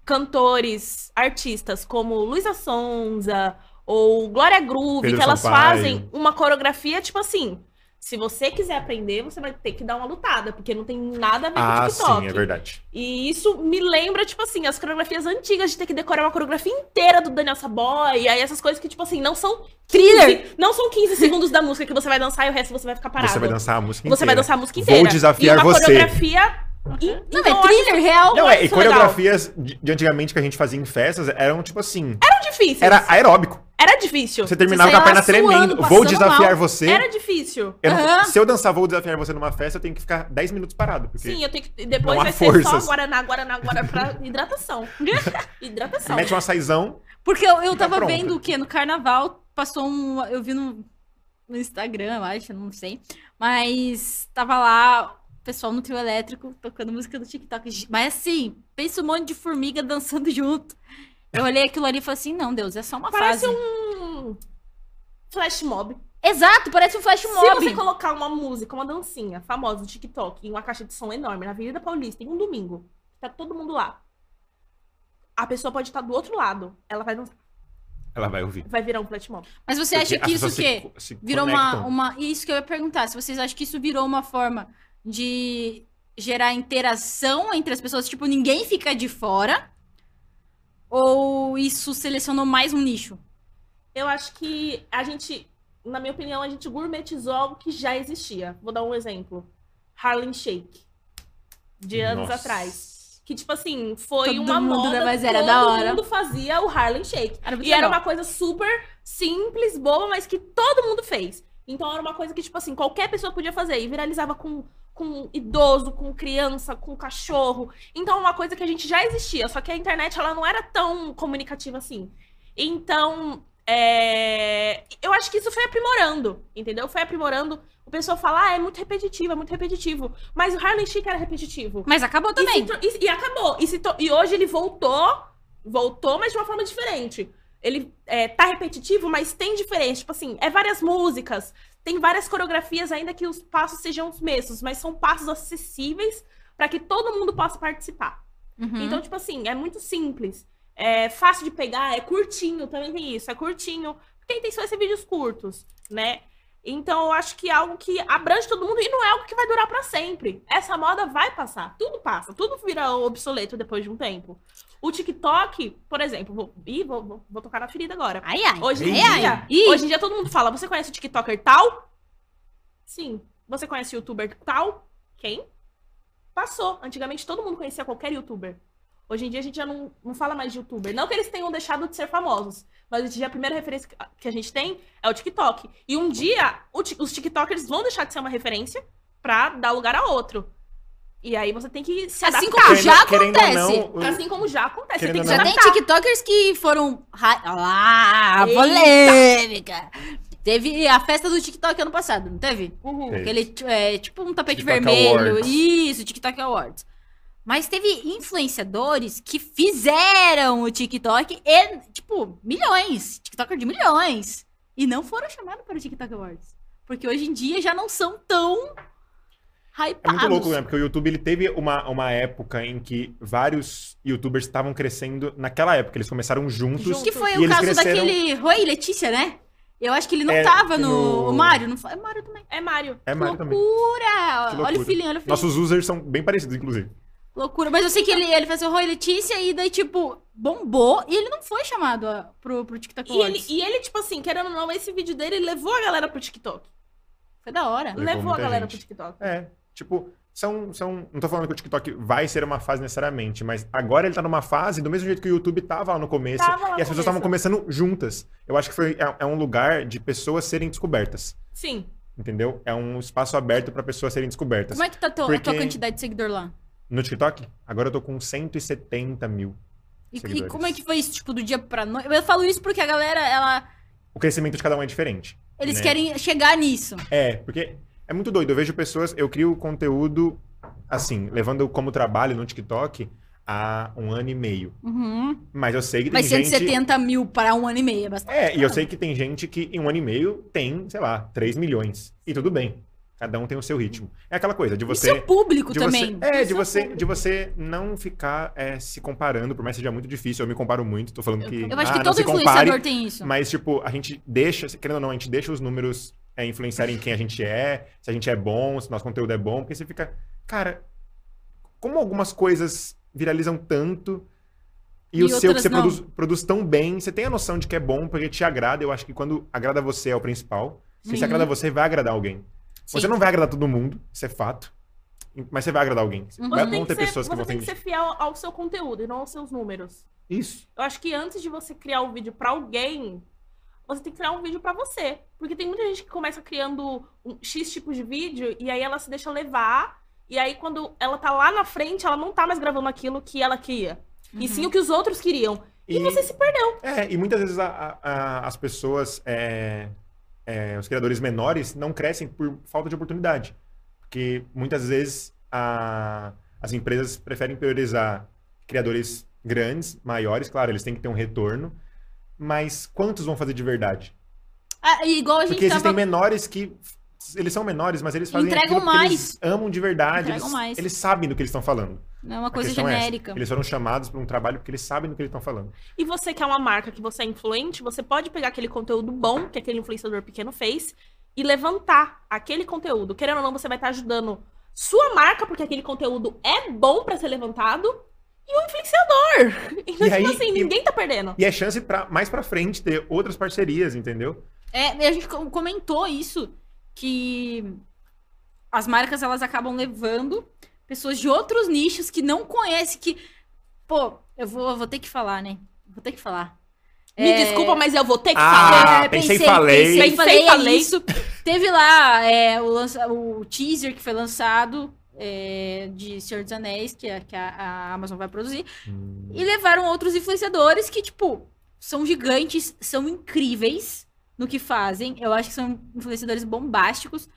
C: cantores, artistas como Luísa Sonza ou Glória Groove,
B: Pedro
C: que elas
B: Sampaio.
C: fazem uma coreografia tipo assim. Se você quiser aprender, você vai ter que dar uma lutada, porque não tem nada a ver com
B: Ah,
C: TikTok.
B: sim, é verdade.
C: E isso me lembra, tipo assim, as coreografias antigas de ter que decorar uma coreografia inteira do Daniel Saboy. E aí essas coisas que, tipo assim, não são. 15, não são 15 segundos da música que você vai dançar e o resto você vai ficar parado.
B: Você vai dançar a música inteira.
C: Você vai dançar a música
B: Vou
C: inteira.
B: desafiar
C: e uma
B: você.
C: coreografia. E,
A: Não,
C: então,
A: é thriller real.
B: Não, é, e
C: Isso é legal.
B: coreografias de de antigamente que a gente fazia em festas eram tipo assim.
C: Era difícil.
B: Era aeróbico.
C: Era difícil.
B: Você assim? terminava
A: saía
B: com a perna
A: lá tá suando,
B: tremendo. Vou
A: passando
B: desafiar
A: mal.
B: você.
C: Era difícil.
B: Eu não-
A: Aham.
B: Se eu dançar Vou Desafiar Você numa festa, eu tenho que ficar 10 minutos parado. Porque
C: Sim, eu tenho que. Depois
B: Não há
C: vai ser
B: forças.
C: só Guaraná, Guaraná, Guaraná pra hidratação.
B: você
C: hidratação.
B: mete um açaizão.
A: Porque eu, eu
B: Fica
A: tava
B: pronta.
A: vendo o quê? No carnaval, passou um. Eu vi no, no Instagram, eu acho, não sei. Mas tava lá o pessoal no trio elétrico tocando música do TikTok. Gi- Mas assim, pensa um monte de formiga dançando junto. Eu olhei aquilo ali e falei assim: não, Deus, é só uma
C: Parece
A: fase.
C: um. Flash mob.
A: Exato, parece um flash
C: Se
A: mob.
C: você colocar uma música, uma dancinha famosa do TikTok em uma caixa de som enorme na Avenida Paulista, em um domingo, tá todo mundo lá. A pessoa pode estar do outro lado. Ela vai, dançar,
B: Ela vai ouvir.
C: vai virar um flash mob.
A: Mas você acha
B: Porque as
A: que isso o
B: pessoas se
A: quê?
B: co- se
A: Virou uma, um-
B: conectam.
A: uma. e Isso que eu ia perguntar. Se vocês acham que isso virou uma forma de gerar interação entre as pessoas, tipo, ninguém fica de fora. Ou isso selecionou mais um nicho?
C: Eu acho que a gente, na minha opinião, a gente gourmetizou algo que já existia. Vou dar um exemplo. Harlem Shake. De anos
B: Nossa.
C: atrás. Que, tipo assim, foi
A: Todo
C: uma
A: mundo,
C: moda,
A: né? Mas era
C: todo
A: da hora.
C: mundo fazia o Harlem Shake.
A: Era muito
C: E era
A: legal.
C: uma coisa super simples, boa, mas que todo mundo fez. Então era uma coisa que, tipo assim, qualquer pessoa podia fazer. E viralizava com, com idoso, com criança, com cachorro. Então é uma coisa que a gente já existia. Só que a internet, ela não era tão comunicativa assim. Então, é, eu acho que isso foi aprimorando, entendeu? Foi aprimorando. O pessoal fala, ah, é muito repetitivo, é muito repetitivo. Mas o Harlem Chic era repetitivo.
A: Mas acabou
C: E, se
A: também.
C: tro- e- e acabou. E, se to- e hoje ele voltou, voltou, mas de uma forma diferente. Ele é, tá repetitivo, mas tem diferença. Tipo assim, é várias músicas, tem várias coreografias, ainda que os passos sejam os mesmos, mas são passos acessíveis para que todo mundo possa participar.
A: Uhum.
C: Então, tipo assim, é muito simples. É fácil de pegar, é curtinho, também tem isso, é curtinho. Porque a intenção é ser vídeos curtos, né? Então, eu acho que é algo que abrange todo mundo e não é algo que vai durar pra sempre. Essa moda vai passar, tudo passa, tudo vira obsoleto depois de um tempo. O TikTok, por exemplo, vou, ih, vou, vou, vou tocar na ferida agora.
A: ai, ai.
C: Hoje em,
A: ai, ai.
C: dia,
A: Ih,
C: hoje em dia todo mundo fala, você conhece o TikToker tal? Sim. Você conhece o youtuber tal? Quem? Passou. Antigamente todo mundo conhecia qualquer youtuber. Hoje em dia a gente já não, não fala mais de youtuber. Não que eles tenham deixado de ser famosos, mas hoje em dia a primeira referência que- que a gente tem é o TikTok. E um dia o ti- os TikTokers vão deixar de ser uma referência pra dar lugar a outro. E aí você tem que se
A: Assim
C: adaptar.
A: como já
B: querendo ou não,
A: acontece. Tá
B: o-
C: Assim como já acontece. Você
B: Querendo
C: tem que se
A: já tem
C: adaptar.
A: TikTokers que foram. ra- Olha lá,
C: Eita.
A: polêmica. Teve a festa do TikTok ano passado, não teve?
C: Uhum.
B: Teve.
A: Aquele, t- é, tipo um tapete
B: TikTok
A: vermelho.
B: Awards.
A: Isso, TikTok Awards. Mas teve influenciadores que fizeram o TikTok e, tipo, milhões. TikToker de milhões. E não foram chamados para o TikTok Awards. Porque hoje em dia já não são tão hypados.
B: É muito louco, né? Porque o YouTube ele teve uma, uma época em que vários youtubers estavam crescendo naquela época. Eles começaram juntos.
C: Juntos.
A: Que foi
B: E
A: o
B: eles
A: caso
B: cresceram-
A: daquele Rui Letícia, né? Eu acho que ele não
B: É,
A: tava
B: no-
A: no... O Mário, não foi? É Mário também.
C: É Mário.
B: É Mário também.
A: Loucura!
B: Que
A: Olha
B: loucura.
A: o filhinho, olha o filhinho.
B: Nossos users são bem parecidos, inclusive.
A: Loucura. Mas eu sei que ele, ele fez o Roy Letícia e daí, tipo, bombou e ele não foi chamado a, pro, pro TikTok
C: E ele,
A: Awards.
C: e ele, tipo assim, querendo ou não, esse vídeo dele levou a galera pro TikTok.
A: Foi da hora.
B: Levou
C: Levou, a
B: muita
C: galera
B: gente.
C: pro TikTok.
B: É, tipo, são, são. Não tô falando que o TikTok vai ser uma fase necessariamente, mas agora ele tá numa fase do mesmo jeito que o YouTube tava lá no começo.
C: Tava lá
B: e as
C: no
B: pessoas estavam
C: começo.
B: começando juntas. Eu acho que foi, é, é um lugar de pessoas serem descobertas.
C: Sim.
B: Entendeu? É um espaço aberto pra pessoas serem descobertas.
A: Como é que tá a tua, a
B: Porque-
A: tua quantidade de seguidor lá?
B: No TikTok, agora eu tô com 170 mil.
A: E, e
B: Seguidores.
A: como é que foi isso, tipo, do dia pra noite? Eu falo isso porque a galera, ela...
B: O crescimento de cada um é diferente.
A: Eles
B: Né?
A: querem chegar nisso.
B: É, porque é muito doido. Eu vejo pessoas, eu crio conteúdo assim, levando como trabalho no TikTok há um ano e meio.
A: Uhum.
B: Mas eu sei que tem
A: Mas
B: gente.
A: 170 mil para um ano e meio é bastante.
B: É, e eu sei que tem gente que em um ano e meio tem, sei lá, 3 milhões. E tudo bem. Cada um tem o seu ritmo. É aquela coisa de
A: E
B: você.
A: seu público
B: de
A: também.
B: Você, é,
A: E
B: de
A: seu
B: você,
A: público.
B: de você não ficar é, se comparando, por mais que seja muito difícil, eu me comparo muito, tô falando que.
A: Eu acho
B: ah,
A: que
B: não
A: todo
B: se
A: influenciador
B: compare,
A: tem isso.
B: Mas, tipo, a gente deixa, querendo ou não, a gente deixa os números é, influenciarem quem a gente é, se a gente é bom, se nosso conteúdo é bom, porque você fica. Cara, como algumas coisas viralizam tanto e,
A: E
B: o seu que
A: outras
B: você
A: não.
B: produz, produz tão bem, você tem a noção de que é bom porque te agrada. Eu acho que quando agrada você é o principal. Se
A: Uhum.
B: se agrada você, vai agradar alguém.
A: Sim.
B: Você não vai agradar todo mundo, isso é fato. Mas você vai agradar alguém.
A: Uhum.
B: Vai
A: Você
B: vão ter pessoas
C: você
B: que vão ter
C: tem que ser fiel ao seu conteúdo e não aos seus números.
B: Isso.
C: Eu acho que antes de você criar um vídeo pra alguém, você tem que criar um vídeo pra você. Porque tem muita gente que começa criando um X tipos de vídeo e aí ela se deixa levar. E aí, quando ela tá lá na frente, ela não tá mais gravando aquilo que ela queria. E sim o que os outros queriam. E, você se perdeu.
B: É, e muitas vezes a- a- a- as pessoas, é, é, os criadores menores, não crescem por falta de oportunidade. Porque muitas vezes a- as empresas preferem priorizar criadores grandes, maiores, claro, eles têm que ter um retorno. Mas quantos vão fazer de verdade?
A: Ah, e igual a gente
B: Porque existem
A: tava...
B: menores que. Eles são menores, mas eles fazem
A: Entregam
B: aquilo porque
A: mais.
B: eles amam de verdade.
A: Entregam
B: Eles,
A: mais.
B: eles sabem do que eles estão falando.
A: É uma
B: A
A: coisa
B: questão é essa.
A: genérica.
B: Eles foram chamados para um trabalho porque eles sabem do que eles estão falando.
C: E você que é uma marca, que você é influente, você pode pegar aquele conteúdo bom que aquele influenciador pequeno fez e levantar aquele conteúdo. Querendo ou não, você vai estar ajudando sua marca, porque aquele conteúdo é bom pra ser levantado, e o influenciador. Então,
B: E
C: tipo
B: aí,
C: assim,
B: e-
C: ninguém tá perdendo.
B: E é chance para mais para frente ter outras parcerias, entendeu?
A: É, e a gente com- comentou isso, que as marcas elas acabam levando pessoas de outros nichos que não conhecem, que. Pô, eu vou, vou ter que falar, né? Vou ter que falar.
C: Me
A: É.
C: desculpa, mas eu vou ter que falar.
B: Ah, pensei, falei.
A: Pensei,
C: Pensei,
A: falei, é
C: falei.
A: isso. Teve lá é, o, lança- o teaser que foi lançado é, de Senhor dos Anéis, que, a- que a- a Amazon vai produzir. E levaram outros influenciadores que, tipo, são gigantes, são incríveis no que fazem. Eu acho que são influenciadores bombásticos,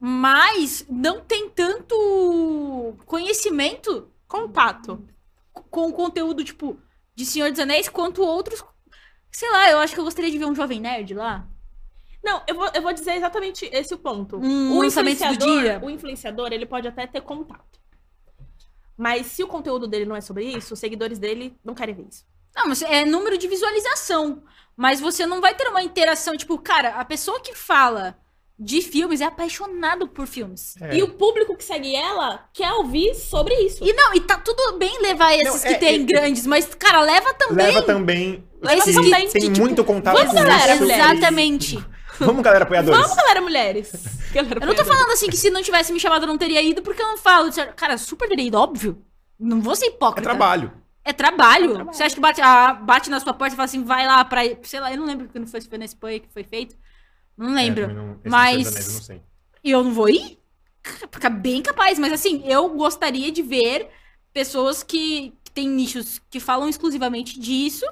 A: mas não tem tanto conhecimento
C: Contato.
A: com o conteúdo, tipo, de Senhor dos Anéis quanto outros. Sei lá, eu acho que eu gostaria de ver um Jovem Nerd lá.
C: Não, eu vou, eu vou dizer exatamente esse o ponto.
A: Um lançamento do dia.
C: o influenciador, ele pode até ter contato. Mas se o conteúdo dele não é sobre isso, os seguidores dele não querem ver isso.
A: Não, mas é número de visualização. Mas você não vai ter uma interação, tipo, cara, a pessoa que fala de filmes é apaixonado por filmes.
B: É.
C: E o público que segue ela quer ouvir sobre isso.
A: E não, e tá tudo bem levar esses
B: Não,
A: que
B: é,
A: tem
B: é,
A: grandes, mas, cara, leva também.
B: Leva também Tá os
A: Leva
B: que
A: também,
B: tem
A: tipo,
B: muito contato
A: Vamos,
B: com
A: galera,
B: isso.
C: mulheres.
A: exatamente.
B: Vamos, galera, apoiadores.
C: Vamos, galera, mulheres. Galera,
A: Eu não tô falando assim que se não tivesse me chamado eu não teria ido, porque eu não falo. Disseram, Cara, super teria ido, óbvio. Não vou ser
B: É
A: hipócrita.
B: trabalho.
A: É trabalho.
C: É trabalho.
A: Você acha que bate, ah, bate na sua porta e fala assim, vai lá pra. Sei lá, eu não lembro quando foi, se foi na Espanha que foi feito. Não
B: É,
A: lembro.
B: também não- esse
A: mas-
B: Senhor dos Anéis eu não sei.
A: E eu não vou ir? Fica bem capaz, mas assim, eu gostaria de ver pessoas que, que têm nichos que falam exclusivamente disso,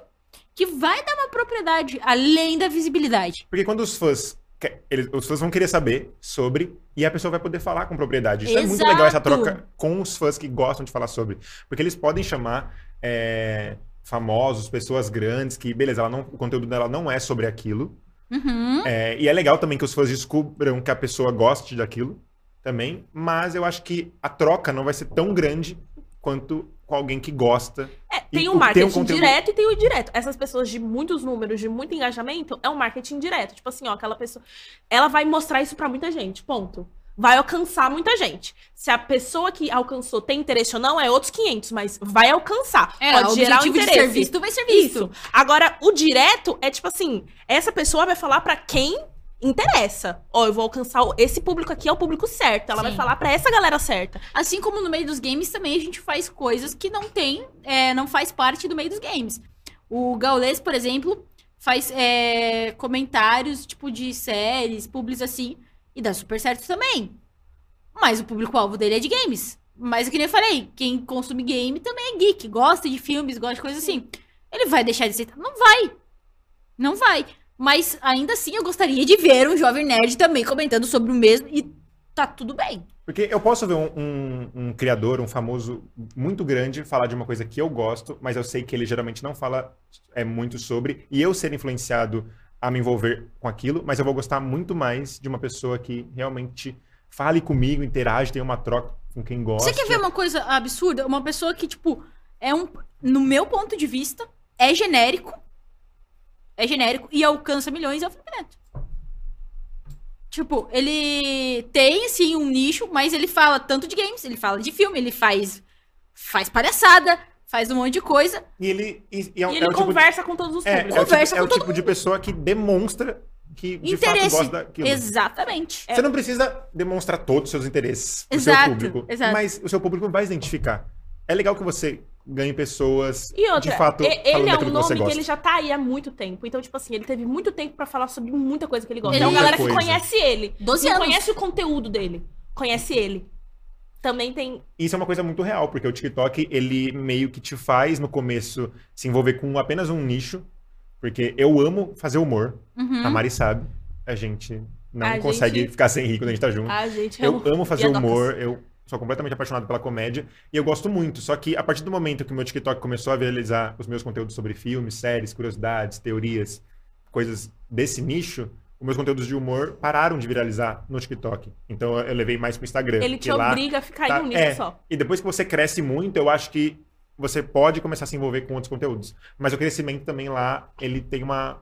A: que vai dar uma propriedade além da visibilidade.
B: Porque quando os fãs. que- Eles, os fãs vão querer saber sobre e a pessoa vai poder falar com propriedade. Isso é muito
A: Exato.
B: legal, essa troca com os fãs que gostam de falar sobre. Porque eles podem chamar é, famosos, pessoas grandes, que, beleza, ela não, o conteúdo dela não é sobre aquilo,
A: Uhum.
B: É, e é legal também que os fãs descubram que a pessoa goste daquilo também, mas eu acho que a troca não vai ser tão grande quanto com alguém que gosta.
C: É,
B: E
C: tem o
B: o- tem um
C: marketing
B: conteúdo-
C: direto e tem o indireto. Essas pessoas de muitos números, de muito engajamento, é um marketing direto. Tipo assim, ó, aquela pessoa. Ela vai mostrar isso pra muita gente. Ponto. Vai alcançar muita gente. Se a pessoa que alcançou tem interesse ou não, é outros 500, mas vai alcançar.
A: É, o
C: Pode gerar um
A: objetivo de
C: interesse.
A: ser visto vai ser visto.
C: Isso. Agora, o direto é tipo assim: essa pessoa vai falar pra quem interessa. Ó, eu vou alcançar o- esse público aqui, é o público certo. Ela
A: Sim.
C: vai falar pra essa galera certa.
A: Assim como no meio dos games também a gente faz coisas que não tem, é, não faz parte do meio dos games. O Gaules, por exemplo, faz é, comentários tipo de séries, pubs assim, e dá super certo também. Mas o público-alvo dele é de games. Mas é que nem eu falei, quem consome game também é geek, gosta de filmes, gosta de coisas assim. Ele vai deixar de aceitar? Não vai. Não vai. Mas ainda assim eu gostaria de ver um jovem nerd também comentando sobre o mesmo e tá tudo bem.
B: Porque eu posso ver um, um- um criador, um famoso muito grande, falar de uma coisa que eu gosto, mas eu sei que ele geralmente não fala é, muito sobre, e eu ser influenciado a me envolver com aquilo, mas eu vou gostar muito mais de uma pessoa que realmente fale comigo, interage, tenha uma troca com quem gosta.
A: Você quer ver uma coisa absurda? Uma pessoa que, tipo, é um. No meu ponto de vista, é genérico. É genérico e alcança milhões, é o Felipe Neto. Tipo, ele tem, sim, um nicho, mas ele fala tanto de games, ele fala de filme, ele faz. faz palhaçada, faz um monte de coisa.
B: E ele, e- e é, um-
C: E
B: é
C: ele
B: o tipo de-
C: conversa com todos os
B: é, é o
C: públicos.
B: tipo-
A: Conversa
B: é o
A: com todo
B: tipo de pessoa que demonstra que de fato
A: Interesse.
B: gosta daquilo.
A: Exatamente.
B: Você não precisa demonstrar todos os seus interesses pro seu
A: Exato,
B: público.
A: exato.
B: Mas o seu público vai se identificar. É legal que você ganhe pessoas
C: E outra,
B: de fato
C: e-
B: falando
C: ele é
B: daquilo
C: um
B: que
C: nome
B: você
C: que,
B: gosta.
C: ele já tá aí há muito tempo. Então, tipo assim, ele teve muito tempo pra falar sobre muita coisa que ele gosta.
A: Ele-
C: é uma
A: Muita
C: galera
B: coisa.
C: que conhece ele.
A: 12
C: Não
A: anos.
C: conhece o conteúdo dele. Conhece ele. Também tem.
B: Isso é uma coisa muito real, porque o TikTok, ele meio que te faz, no começo, se envolver com apenas um nicho. Porque eu amo fazer humor.
A: Uhum.
B: A Mari sabe. A gente não
C: Hum. A
B: consegue
C: gente-
B: ficar sem rir quando a gente tá junto.
C: Ah, gente,
B: Eu amo fazer
C: piadocas.
B: humor, eu sou completamente apaixonado pela comédia e eu gosto muito. Só que a partir do momento que o meu TikTok começou a viralizar os meus conteúdos sobre filmes, séries, curiosidades, teorias, coisas desse nicho, os meus conteúdos de humor pararam de viralizar no TikTok. Então eu levei mais pro Instagram.
C: Ele
B: que
C: te
B: lá...
C: obriga a ficar
B: tá-
C: em um nicho
B: é.
C: só.
B: E depois que você cresce muito, eu acho que você pode começar a se envolver com outros conteúdos. Mas o crescimento também lá, ele tem uma.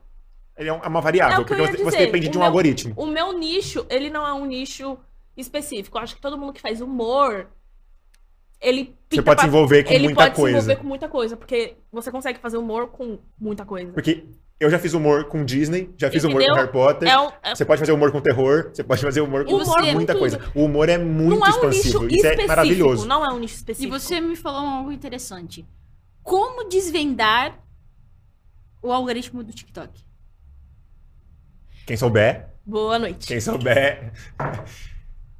B: Ele é um- é uma variável,
C: É o que eu
B: porque
C: ia
B: você, você
C: dizer,
B: depende
C: o
B: de um
C: meu-
B: algoritmo.
C: O meu nicho, ele não é um nicho específico. Eu acho que todo mundo que faz humor, ele
B: Você
C: pinta
B: pode
C: pra-
B: se envolver com
C: ele
B: muita
C: pode
B: coisa.
C: se envolver com muita coisa, porque você consegue fazer humor com muita coisa.
B: Porque eu já fiz humor com Disney, já fiz humor
C: Entendeu?
B: com Harry Potter.
C: É um, é-
B: Você pode fazer humor com terror, você pode fazer humor com
A: Humor com
B: muita
C: tudo.
B: coisa. O humor é muito
C: não é um nicho
B: expansivo. Isso
C: específico.
B: é maravilhoso.
C: Não é um nicho
A: E
C: específico.
A: você me falou algo interessante. Como desvendar o algoritmo do TikTok?
B: Quem souber,
C: Boa noite.
B: quem souber.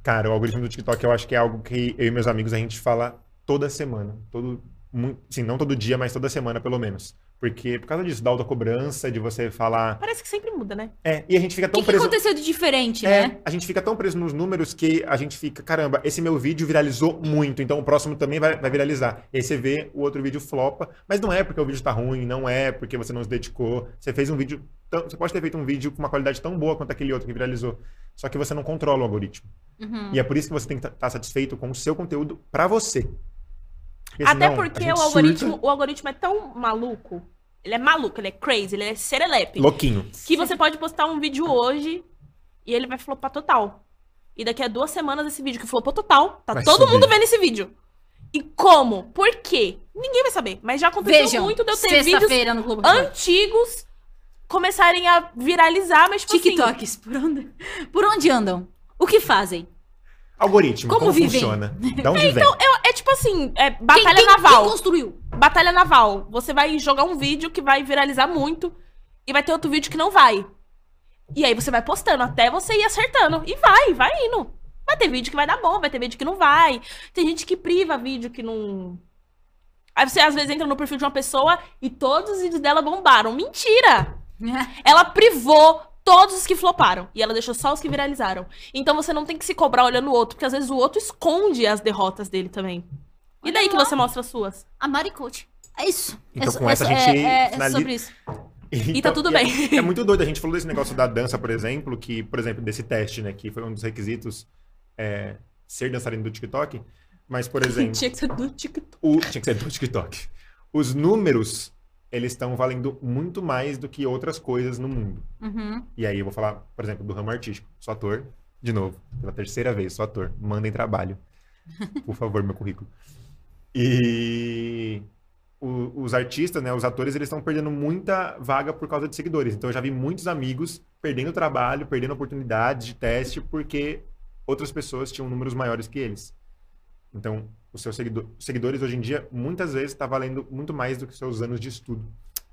B: Cara, o algoritmo do TikTok eu acho que é algo que eu e meus amigos a gente fala toda semana. Todo, mu- sim, não todo dia, mas toda semana pelo menos. Porque por causa disso, da autocobrança, de você falar.
C: Parece que sempre muda, né?
B: É, e a gente fica
A: O
B: tão
A: que, que
B: preso.
A: aconteceu de diferente,
B: É,
A: né?
B: a gente fica tão preso nos números que a gente fica, caramba, esse meu vídeo viralizou muito, então o próximo também vai, vai viralizar. E aí você vê o outro vídeo flopa, mas não é porque o vídeo tá ruim, não é porque você não se dedicou. Você fez um vídeo, tão- você pode ter feito um vídeo com uma qualidade tão boa quanto aquele outro que viralizou, só que você não controla o algoritmo.
A: Uhum.
B: E é por isso que você tem que estar satisfeito com o seu conteúdo pra você. Porque
C: Até
B: senão, a
C: porque
B: gente
C: o algoritmo,
B: surta
C: o algoritmo é tão maluco. Ele é maluco, ele é crazy, ele é serelepe.
B: louquinho.
C: Que você pode postar um vídeo hoje e ele vai flopar total. E daqui a duas semanas esse vídeo que flopou total, tá
B: Vai
C: todo
B: subir.
C: mundo vendo esse vídeo. E como? Por quê? Ninguém vai saber. Mas já aconteceu
A: Vejam,
C: muito de eu ter vídeos
A: sexta-feira no Globo. An...
C: antigos começarem a viralizar, mas tipo assim,
A: TikToks, por onde... por onde andam? O que fazem?
B: Algoritmo, como,
A: Como vivem?
B: funciona? Da onde vem?
C: é tipo assim, é batalha
A: quem, quem,
C: naval.
A: Quem construiu?
C: Batalha naval. Você vai jogar um vídeo que vai viralizar muito e vai ter outro vídeo que não vai. E aí você vai postando até você ir acertando. E vai, vai indo. Vai ter vídeo que vai dar bom, vai ter vídeo que não vai. Tem gente que priva vídeo que não. Aí você às vezes entra no perfil de uma pessoa e todos os vídeos dela bombaram. Mentira! Ela privou todos os que floparam. E ela deixou só os que viralizaram. Então você não tem que se cobrar olhando o outro, porque às vezes o outro esconde as derrotas dele também. E
A: Olha
C: daí que
A: lá.
C: você mostra as suas?
A: A Mari Coach. É isso.
B: Então,
A: é, so-
B: com
A: é
B: essa
A: so-
B: a gente
A: é- é
B: finaliza-
A: sobre isso.
C: E
A: Então,
C: tá tudo
B: bem.
C: bem.
B: É muito doido. A gente falou desse negócio da dança, por exemplo, que, por exemplo, desse teste, né? Que foi um dos requisitos é, ser dançarino do TikTok. Mas, por exemplo,
C: Tinha que ser do TikTok.
B: o... tinha que ser do TikTok. Os números, eles estão valendo muito mais do que outras coisas no mundo.
A: Uhum.
B: E aí eu vou falar, por exemplo, do ramo artístico. Sou ator, de novo, pela terceira vez, sou ator. Mandem trabalho. Por favor, meu currículo. E o- os artistas, né, os atores, eles estão perdendo muita vaga por causa de seguidores. Então eu já vi muitos amigos perdendo trabalho, perdendo oportunidades de teste, porque outras pessoas tinham números maiores que eles. Então, os seus seguido- os seguidores hoje em dia, muitas vezes, está valendo muito mais do que os seus anos de estudo.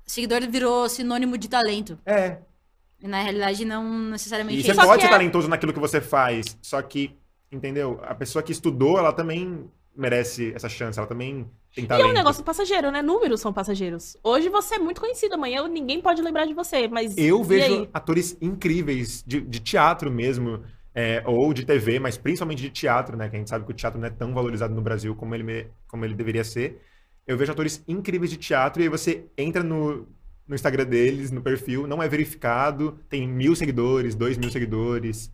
A: Seguidor virou sinônimo de talento.
B: É,
A: E, na realidade, não necessariamente
B: E
A: é
B: você
A: isso.
C: Só
B: pode
C: que
B: ser
C: é-
B: talentoso naquilo que você faz, só que, entendeu? A pessoa que estudou, ela também merece essa chance, ela também tem
C: E é
B: talento.
C: um negócio passageiro, né? Números são passageiros. Hoje você é muito conhecido, amanhã ninguém pode lembrar de você, mas.
B: Eu
C: assim, e
B: vejo
C: aí?
B: atores incríveis de, de teatro mesmo, é, ou de TV, mas principalmente de teatro, né? Que a gente sabe que o teatro não é tão valorizado no Brasil como ele, me- como ele deveria ser. Eu vejo atores incríveis de teatro e aí você entra no, no Instagram deles, no perfil, não é verificado, tem mil seguidores, dois mil seguidores.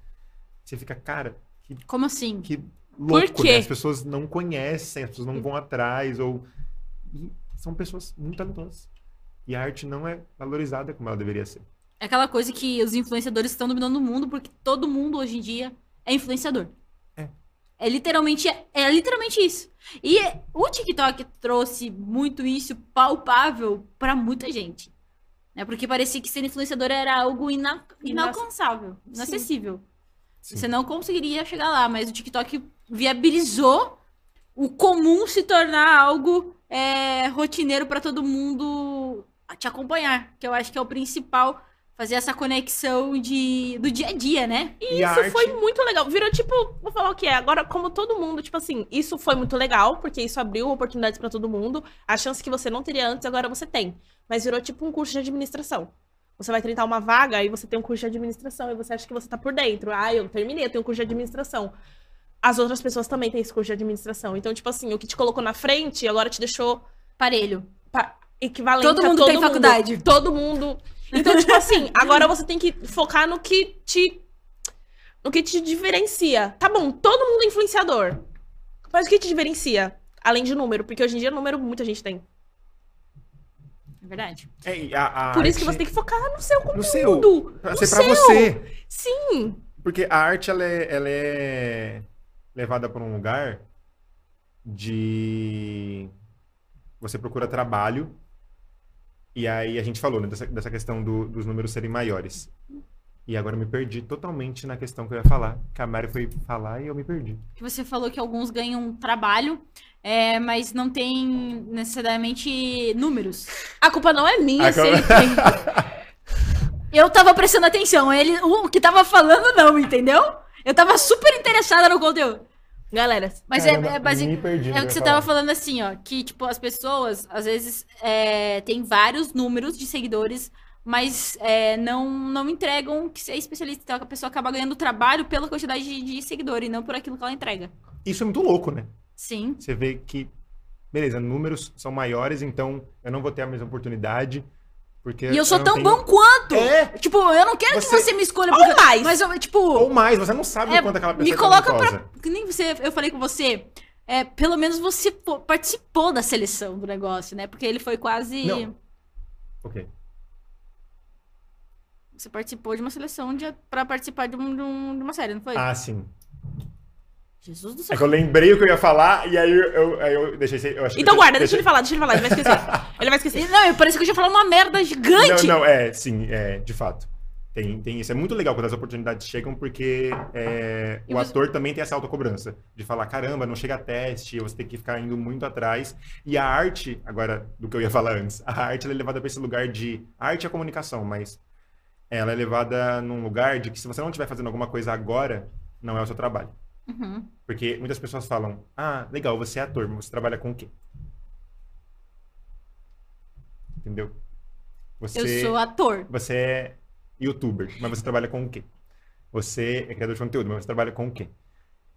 B: Você fica, cara,
A: Como assim?
B: que louco,
C: quê?
B: né? As pessoas não conhecem, as pessoas não vão atrás, ou... E são pessoas muito talentosas. E a arte não é valorizada como ela deveria ser.
A: É aquela coisa que os influenciadores estão dominando o mundo, porque todo mundo hoje em dia é influenciador.
B: É.
A: É literalmente, é literalmente isso. E é, o TikTok trouxe muito isso palpável pra muita gente. Né? Porque parecia que ser influenciador era algo ina- inalcançável, inacessível.
B: Sim.
A: Você não conseguiria chegar lá, mas o TikTok viabilizou o comum se tornar algo é, rotineiro pra todo mundo te acompanhar, que eu acho que é o principal, fazer essa conexão de, do dia a dia, né?
B: E, a
C: Isso
B: arte...
C: foi muito legal. Virou tipo, vou falar o que é. Agora, como todo mundo, tipo assim, isso foi muito legal, porque isso abriu oportunidades pra todo mundo. A chance que você não teria antes, agora você tem. Mas virou tipo um curso de administração. Você vai tentar uma vaga e você tem um curso de administração e você acha que você tá por dentro. Ah, eu terminei, eu tenho um curso de administração. As outras pessoas também têm esse curso de administração. Então, tipo assim, o que te colocou na frente agora te deixou
A: Parelho.
C: equivalente
A: Todo
C: a
A: mundo
C: todo
A: tem faculdade.
C: Todo mundo. Então, tipo assim, agora você tem que focar no que te. No que te diferencia. Tá bom, todo mundo é influenciador. Mas o que te diferencia? Além de número, porque hoje em dia número muita gente tem.
A: É verdade.
B: É, e a- a
C: Por isso que
B: arte-
C: você tem que focar no seu
B: No
C: conteúdo.
B: seu. Pra
C: no
B: ser pra
C: seu.
B: você.
C: Sim.
B: Porque a arte, ela é, ela é levada para um lugar de... Você procura trabalho. E aí a gente falou, né, dessa, dessa questão do- dos números serem maiores. E agora eu me perdi totalmente na questão que eu ia falar. Que a Mari foi falar e eu me perdi.
A: Que você falou que alguns ganham trabalho, é, mas não tem necessariamente números.
C: A culpa não é minha, se
B: Agora-
C: ele tem.
A: Eu tava prestando atenção, ele, o que tava falando não, entendeu? Eu tava super interessada no conteúdo.
C: Galera,
A: Mas
B: Caramba,
A: é, é basic-
B: me perdi no
A: É o que você
B: eu ia
A: tava
B: falar.
A: falando assim, ó, que tipo, as pessoas às vezes é, têm vários números de seguidores, mas é, não, não entregam que você é especialista. Então a pessoa acaba ganhando trabalho pela quantidade de, de seguidor e não por aquilo que ela entrega.
B: Isso é muito louco, né?
A: Sim.
B: Você vê que, beleza, números são maiores, então eu não vou ter a mesma oportunidade. Porque
A: E eu sou
B: não
A: tão
B: tenho-
A: bom quanto.
B: É,
A: Tipo, eu não quero
B: Você-
A: que você me escolha porque
C: ou mais.
A: mas eu, tipo,
B: ou mais, você não sabe
A: É,
B: o quanto aquela
A: me
B: pessoa
A: coloca
B: é
A: pra-
B: talentosa.
A: que nem você, eu falei com você, é, pelo menos você pô- participou da seleção do negócio, né? Porque ele foi quase
B: Não. Ok.
A: você participou de uma seleção de, pra participar de, um- de um- de uma série, não foi?
B: Ah, sim.
A: Jesus do céu.
B: É que eu lembrei o que eu ia falar e aí eu, eu- aí eu deixei. sem- Eu achei
C: Então
B: que eu,
C: guarda, deixa ele
B: deixei-
C: falar, deixa ele falar, ele vai esquecer. Ele vai esquecer.
A: E, Não, eu parecia que eu já falar uma merda gigante.
B: Não, não, é, sim, é, de fato. Tem, tem isso. É muito legal quando as oportunidades chegam, porque é,
A: E
B: o
A: você-
B: ator também tem essa autocobrança. De falar, caramba, não chega a teste, você tem que ficar indo muito atrás. E a arte, agora, do que eu ia falar antes, a arte ela é levada para esse lugar de... A arte é comunicação, mas ela é levada num lugar de que se você não estiver fazendo alguma coisa agora, não é o seu trabalho.
A: Uhum.
B: Porque muitas pessoas falam, ah, legal, você é ator, mas você trabalha com o quê? Entendeu?
A: Eu
B: Você,
A: sou ator.
B: você é youtuber, mas você trabalha com o quê? Você é criador de conteúdo, mas você trabalha com o quê?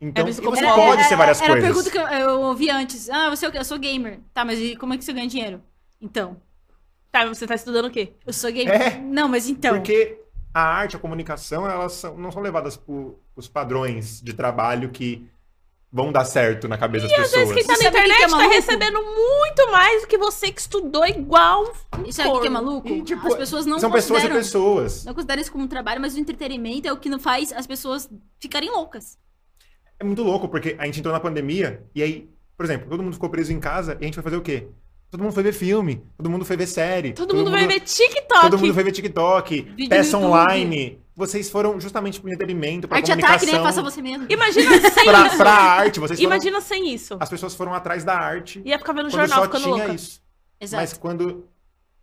B: Então,
C: É,
B: e
C: mas
B: você
C: como-
A: Era-
B: pode
A: era-
B: ser várias
A: era
B: coisas.
A: a pergunta que eu, eu ouvi antes. Ah, você é o quê? Eu sou gamer. Tá, mas e como é que você ganha dinheiro? Então,
C: Tá, mas você tá estudando o quê?
A: eu sou gamer.
B: É.
A: Não, mas então.
B: Porque a arte, a comunicação, elas são- não são levadas por os padrões de trabalho que vão dar certo na cabeça das
C: Às vezes quem
B: pessoas.
C: tá na
A: Sabe o que que é
C: internet tá
A: maluco?
C: recebendo muito mais do que você que estudou igual
A: E sabe o que é
C: Corno.
A: maluco?
B: um E, tipo,
A: as pessoas não
B: são pessoas e
A: consideram.
B: pessoas.
A: Não consideram isso como um trabalho, mas o entretenimento é o que não faz as pessoas ficarem loucas.
B: É muito louco, porque a gente entrou na pandemia e aí, por exemplo, todo mundo ficou preso em casa e a gente foi fazer o quê? Todo mundo foi ver filme, todo mundo foi ver série.
C: Todo, mundo, vai ver TikTok.
B: Todo mundo foi ver TikTok,
A: Vídeo
B: peça
A: no YouTube.
B: online. Vocês foram justamente pro entretenimento, pra
A: Arte
B: comunicação.
A: ataque, né? Faça você mesmo.
C: Imagina sem
B: pra,
C: isso.
B: pra arte, vocês foram-
C: Imagina sem isso.
B: As pessoas foram atrás da arte
C: Ia ficar vendo
B: quando
C: jornal
B: só
C: ficando
B: tinha
C: louca.
B: isso.
A: Exato.
B: Mas quando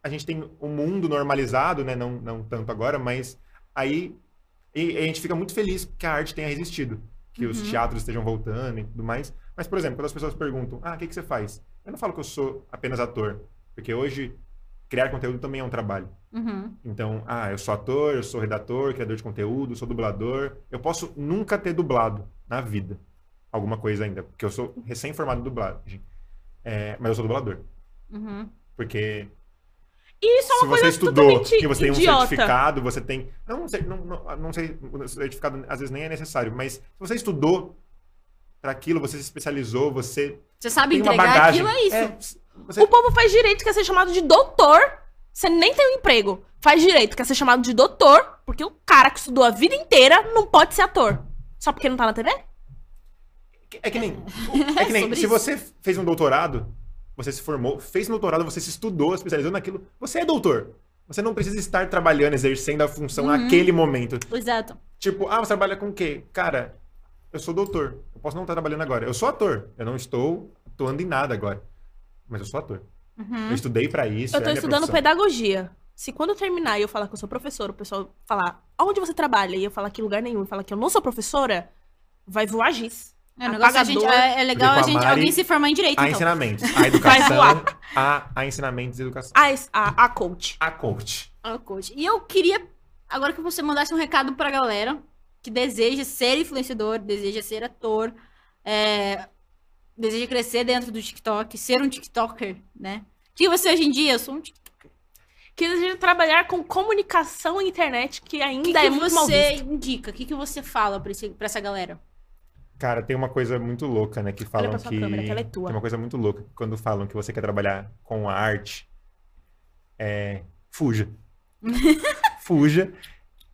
B: a gente tem o mundo normalizado, né? Não, não tanto agora, mas aí e- e a gente fica muito feliz que a arte tenha resistido, que os
A: Uhum.
B: teatros estejam voltando e tudo mais. Mas, por exemplo, quando as pessoas perguntam, ah, o que, que você faz? Eu não falo que eu sou apenas ator, porque hoje criar conteúdo também é um trabalho.
A: Uhum.
B: Então, ah, eu sou ator, eu sou redator, criador de conteúdo, sou dublador. Eu posso nunca ter dublado na vida alguma coisa ainda, porque eu sou recém-formado em dublagem. É, mas eu sou dublador.
A: Uhum.
B: Porque
C: E isso é
B: se
C: uma
B: você
C: coisa
B: estudou
C: totalmente
B: e você tem um
C: idiota.
B: certificado, você tem. Não, não sei, não, não, não sei, o certificado às vezes nem é necessário, mas se você estudou para aquilo, você se especializou, você
A: Você sabe
B: tem uma
A: entregar aquilo,
B: bagagem.
A: é isso.
B: É, você-
C: O povo faz direito, quer ser chamado de doutor. Você nem tem um emprego. Faz direito, quer ser chamado de doutor, porque o cara que estudou a vida inteira não pode ser ator. Só porque não tá na TV?
B: É que nem. É que nem.
A: Sobre
B: se
A: isso.
B: você fez um doutorado, você se formou, fez um doutorado, você se estudou, especializou naquilo, você é doutor. Você não precisa estar trabalhando, exercendo a função
A: Uhum.
B: naquele momento.
A: Exato.
B: Tipo, ah, você trabalha com o quê? Cara, eu sou doutor. Eu posso não estar trabalhando agora. Eu sou ator. Eu não estou atuando em nada agora. Mas eu sou ator.
A: Uhum.
B: Eu estudei pra isso.
C: eu
B: é
C: tô
B: a minha
C: estudando
B: profissão.
C: pedagogia. Se quando eu terminar e eu falar que eu sou professora, o pessoal falar onde você trabalha e eu falar que lugar nenhum e falar que eu não sou professora, vai voar giz.
A: É, o negócio é a gente,
C: Apagador.
A: é, é legal a
B: Porque com a
A: gente,
B: Mari-
A: alguém se formar em direito,
B: Há
A: então.
B: ensinamentos. Há
C: Vai
B: educação.
C: voar.
B: há, há ensinamentos e educação.
C: A, Ah, es- a, a coach.
B: Há coach.
A: Ah, coach. E eu queria, agora que você mandasse um recado pra galera que deseja ser influenciador, deseja ser ator, é, deseja crescer dentro do TikTok, ser um TikToker, né? O que você hoje em dia? Eu sou um TikToker.
C: Que deseja trabalhar com comunicação e internet, que ainda
A: O que,
C: é
A: que
C: muito mal visto.
A: você indica? O que, que você fala pra, esse- pra essa galera?
B: Cara, tem uma coisa muito louca, né? Que falam
C: pra sua
B: que.
C: câmera, que ela é tua.
B: Tem uma coisa muito louca quando falam que você quer trabalhar com a arte. É. Fuja. fuja.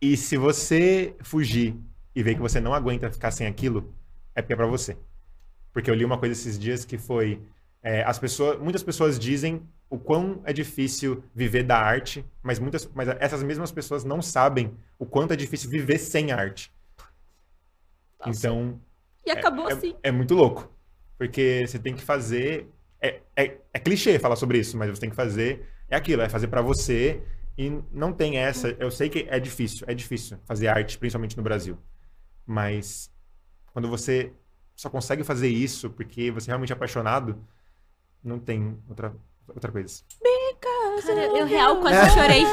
B: E se você fugir e ver que você não aguenta ficar sem aquilo, é porque é pra você. Porque eu li uma coisa esses dias que foi. é, as pessoas, muitas pessoas dizem o quão é difícil viver da arte, mas, muitas, mas essas mesmas pessoas não sabem o quanto é difícil viver sem arte.
C: Nossa.
B: Então,
C: E acabou
B: é-
C: assim.
B: É muito louco. Porque você tem que fazer. É, é, é clichê falar sobre isso, mas você tem que fazer. É aquilo, é fazer pra você. E não tem essa. Eu sei que é difícil, é difícil fazer arte, principalmente no Brasil. Mas quando você só consegue fazer isso porque você é realmente apaixonado, não tem outra, outra coisa.
A: Cara, eu real
B: É.
A: quase chorei.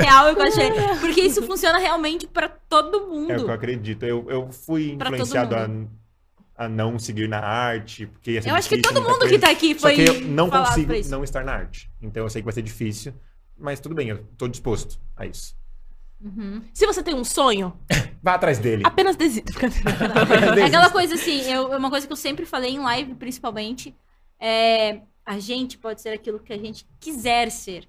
A: Real, eu quase chorei. Porque isso funciona realmente pra todo
B: É o
A: mundo.
B: que eu acredito. Eu, eu fui
A: Pra todo
B: influenciado a, a não seguir na arte, porque ia ser
A: Eu acho que
B: difícil,
A: todo
B: muita
A: mundo
B: coisa.
A: que tá aqui
B: Só
A: foi
B: que eu não
A: falado
B: consigo
A: pra isso.
B: não estar na arte. Então eu sei que vai ser difícil, mas tudo bem, eu tô disposto a isso.
A: Uhum.
C: Se você tem um sonho,
B: Vá atrás dele.
C: apenas desista.
A: É aquela coisa assim, eu- é uma coisa que eu sempre falei em live, principalmente, é a gente pode ser aquilo que a gente quiser ser.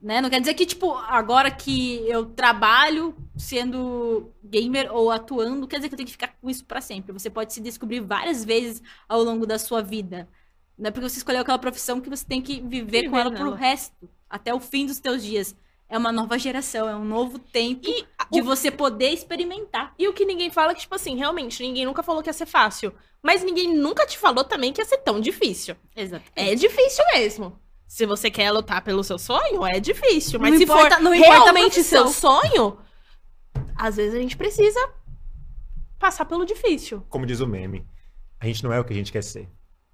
A: Né? Não quer dizer que, tipo, agora que eu trabalho sendo gamer ou atuando, quer dizer que eu tenho que ficar com isso pra sempre. Você pode se descobrir várias vezes ao longo da sua vida. Não é porque você escolheu aquela profissão que você tem que viver,
C: Viver
A: com ela pro
C: nela.
A: resto, até o fim dos teus dias. É uma nova geração, é um novo tempo
C: E
A: de você poder experimentar.
C: E o que ninguém fala é que, tipo assim, realmente, ninguém nunca falou que ia ser fácil. Mas ninguém nunca te falou também que ia ser tão difícil.
A: Exatamente.
C: É difícil mesmo. Se você quer lutar pelo seu sonho, é difícil. Mas
A: Não
C: se
A: importa-
C: for
A: não importa a
C: realmente
A: profissão.
C: seu sonho, às vezes a gente precisa passar pelo difícil.
B: Como diz o meme, a gente não é o que a gente quer ser.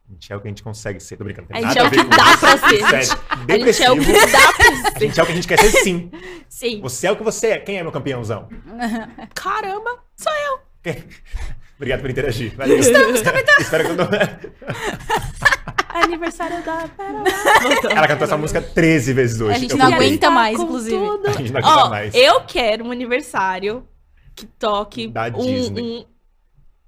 B: A gente é o que a gente consegue ser. Tô brincando.
C: A
B: tem
C: gente é
B: nada
C: o
B: ver
C: que
B: com
C: dá
B: isso.
C: pra ser.
B: Sério,
C: A gente é o
B: depressivo.
C: que dá pra
B: A
C: ser.
B: gente é o que a gente quer ser sim.
A: Sim.
B: Você é o que você é. Quem é meu campeãozão?
C: Caramba.
B: Obrigado por interagir. Valeu. Estamos capitão. Espero que eu não...
C: é Aniversário da Pérola.
B: Ela cantou essa música 13 vezes hoje.
A: A gente
B: Eu
A: não
B: fui ver.
A: aguenta
D: Tá
A: mais,
C: Tá Com
A: inclusive.
C: tudo.
B: A gente não aguenta
C: Ó,
B: mais.
C: eu quero um aniversário que toque
B: Da
C: um,
B: Disney. é
C: um-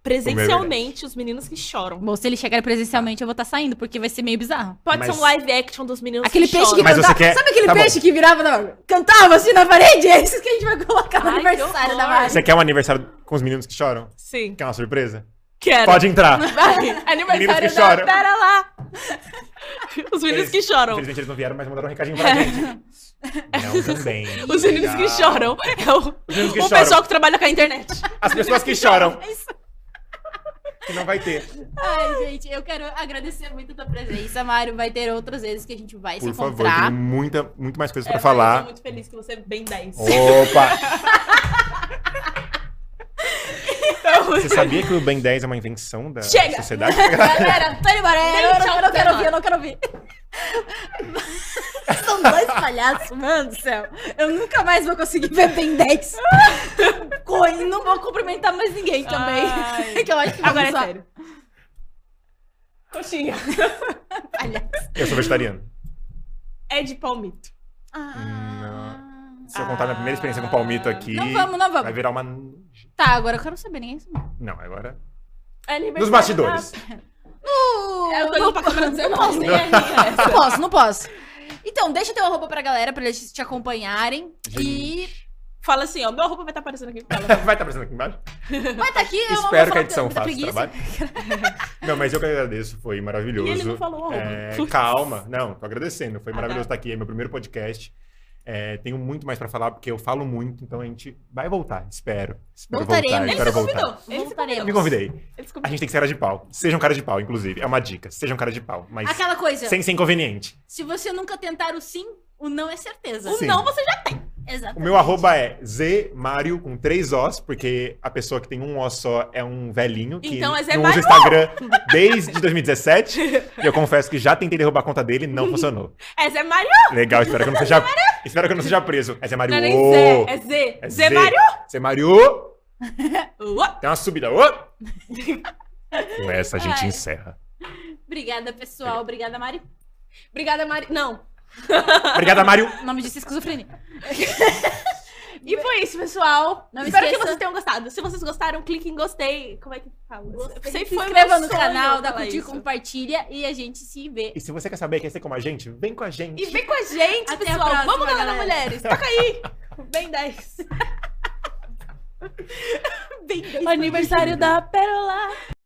C: presencialmente os meninos que choram.
A: Bom, se eles chegarem presencialmente, eu vou estar saindo, porque vai ser meio bizarro.
C: Pode
B: Mas-
C: ser um live action dos meninos
A: Aquele
C: que
A: peixe que
C: choram.
B: Mas você
A: cantava.
B: quer-
A: Sabe aquele
B: tá bom.
A: peixe que virava, na- cantava assim na parede? É isso que a gente vai colocar no
C: Ai, que
A: aniversário da
C: horror.
A: Mari.
B: Você quer um aniversário com os meninos que choram?
C: Sim.
B: Quer uma surpresa?
C: Quero.
B: Pode entrar.
C: Vai.
B: Meninos que
C: Aniversário da...
B: choram.
C: Pera lá. Os meninos que choram.
B: Infelizmente eles não vieram, mas mandaram um recadinho pra gente. Não, também.
C: Os meninos que
B: Legal.
C: choram. É o,
B: Os meninos que
C: o
B: choram.
C: pessoal que trabalha com a internet. É,
B: As pessoas que choram. Que não vai ter.
A: Ai, gente, eu quero agradecer muito a tua presença, Mário. Vai ter outras vezes que a gente vai
B: Por
A: se
B: favor,
A: encontrar.
B: tem muita, muito mais coisas pra
C: É, Eu tô
B: falar.
C: muito feliz que você é bem 10.
B: Opa!
C: Então,
B: Você sabia que o Ben 10 é uma invenção da
C: Chega!
B: sociedade?
A: Galera, Tony Baré, eu,
C: Gente,
A: não- eu não quero
C: Altamar.
A: ouvir, eu não quero ouvir. São dois palhaços, mano do céu. Eu nunca mais vou conseguir ver Ben 10. Co- e não vou cumprimentar mais ninguém também.
C: Ai.
A: que eu acho que vamos
C: Agora é
A: só-
C: sério. Coxinha.
A: palhaço.
B: Eu sou vegetariano.
C: É de palmito.
A: Ah.
B: Se eu contar minha primeira experiência com palmito aqui,
A: Não vamos, não
B: vai
A: vamos.
B: virar uma.
A: Tá, agora eu quero saber, ninguém sabe.
B: Não, agora.
C: É libertário.
B: Dos bastidores.
C: É, eu tô indo pra câmera dizer
A: Uh, não
C: não,
A: posso, né?
C: nem é rica
A: não posso, não posso. Então, deixa teu arroba pra galera, pra eles te acompanharem. E
C: Fala assim, ó, meu arroba vai estar aparecendo aqui. Fala.
B: Vai estar aparecendo aqui embaixo?
A: vai tá aqui, eu não vou
B: Espero que
A: falar
B: a edição
A: da- da
B: faça o
A: preguiça.
B: trabalho. Não, mas eu que agradeço, foi
C: E
B: maravilhoso.
C: ele não falou o arroba.
B: É,
C: Putz.
B: calma, não, tô agradecendo. Foi
C: Ah,
B: maravilhoso
C: tá.
B: estar aqui, é meu primeiro podcast. É, tenho muito mais pra falar, porque eu falo muito, então a gente vai voltar, espero. espero
A: Voltaremos. Ele
B: Voltar,
C: Ele
B: espero
C: se
B: voltar.
C: convidou. Ele se
A: Voltaremos.
C: convidou.
B: Me convidei.
C: Ele se
B: A
C: convidou.
B: gente tem que ser cara de pau. Sejam cara de pau, inclusive. É uma dica. Sejam cara de pau. Mas
A: Aquela coisa,
B: sem ser inconveniente.
A: se você nunca tentar o sim, o não é certeza.
B: Sim.
C: O não você já
A: Exato.
B: O meu arroba é zmario com três Os, porque a pessoa que tem um O só é um velhinho que
C: Então é Zé
B: não usa o
C: Mário.
B: Instagram desde 2017. e eu confesso que já tentei derrubar a conta dele, não funcionou.
C: É Zé Mário.
B: Legal, espero que eu não seja, espero que eu não seja preso. É Zé Mário.
C: Não é nem
B: Ô!
C: Zé, é Z.
B: É
C: Zé Mário.
B: Zé Mário.
C: Uó.
B: Tem uma subida. Ô! Com essa a gente
A: Ai.
B: encerra.
A: Obrigada, pessoal. Obrigada, Mari.
C: Obrigada, Mari. Não.
B: Obrigada, Mário.
A: O nome disso é esquizofrenia.
C: E foi isso, pessoal.
A: Não
C: Espero que
A: esqueça-
C: vocês tenham gostado. Se vocês gostaram, clique em gostei. Como é que fala?
D: Gostei.
C: Sempre
A: Se
C: foi
A: inscreva
C: meu
A: no
C: sonho
A: canal, dá
C: falar
A: curtir,
C: isso.
A: compartilha e a gente se vê.
B: E se você quer saber quem é ser como a gente, vem com a gente.
C: E vem com a gente,
A: Até a
C: pessoal.
A: próxima,
C: Vamos lá na
A: galera.
C: Mulheres. Toca aí. Bem 10.
A: Bem,
C: Aniversário da Pérola.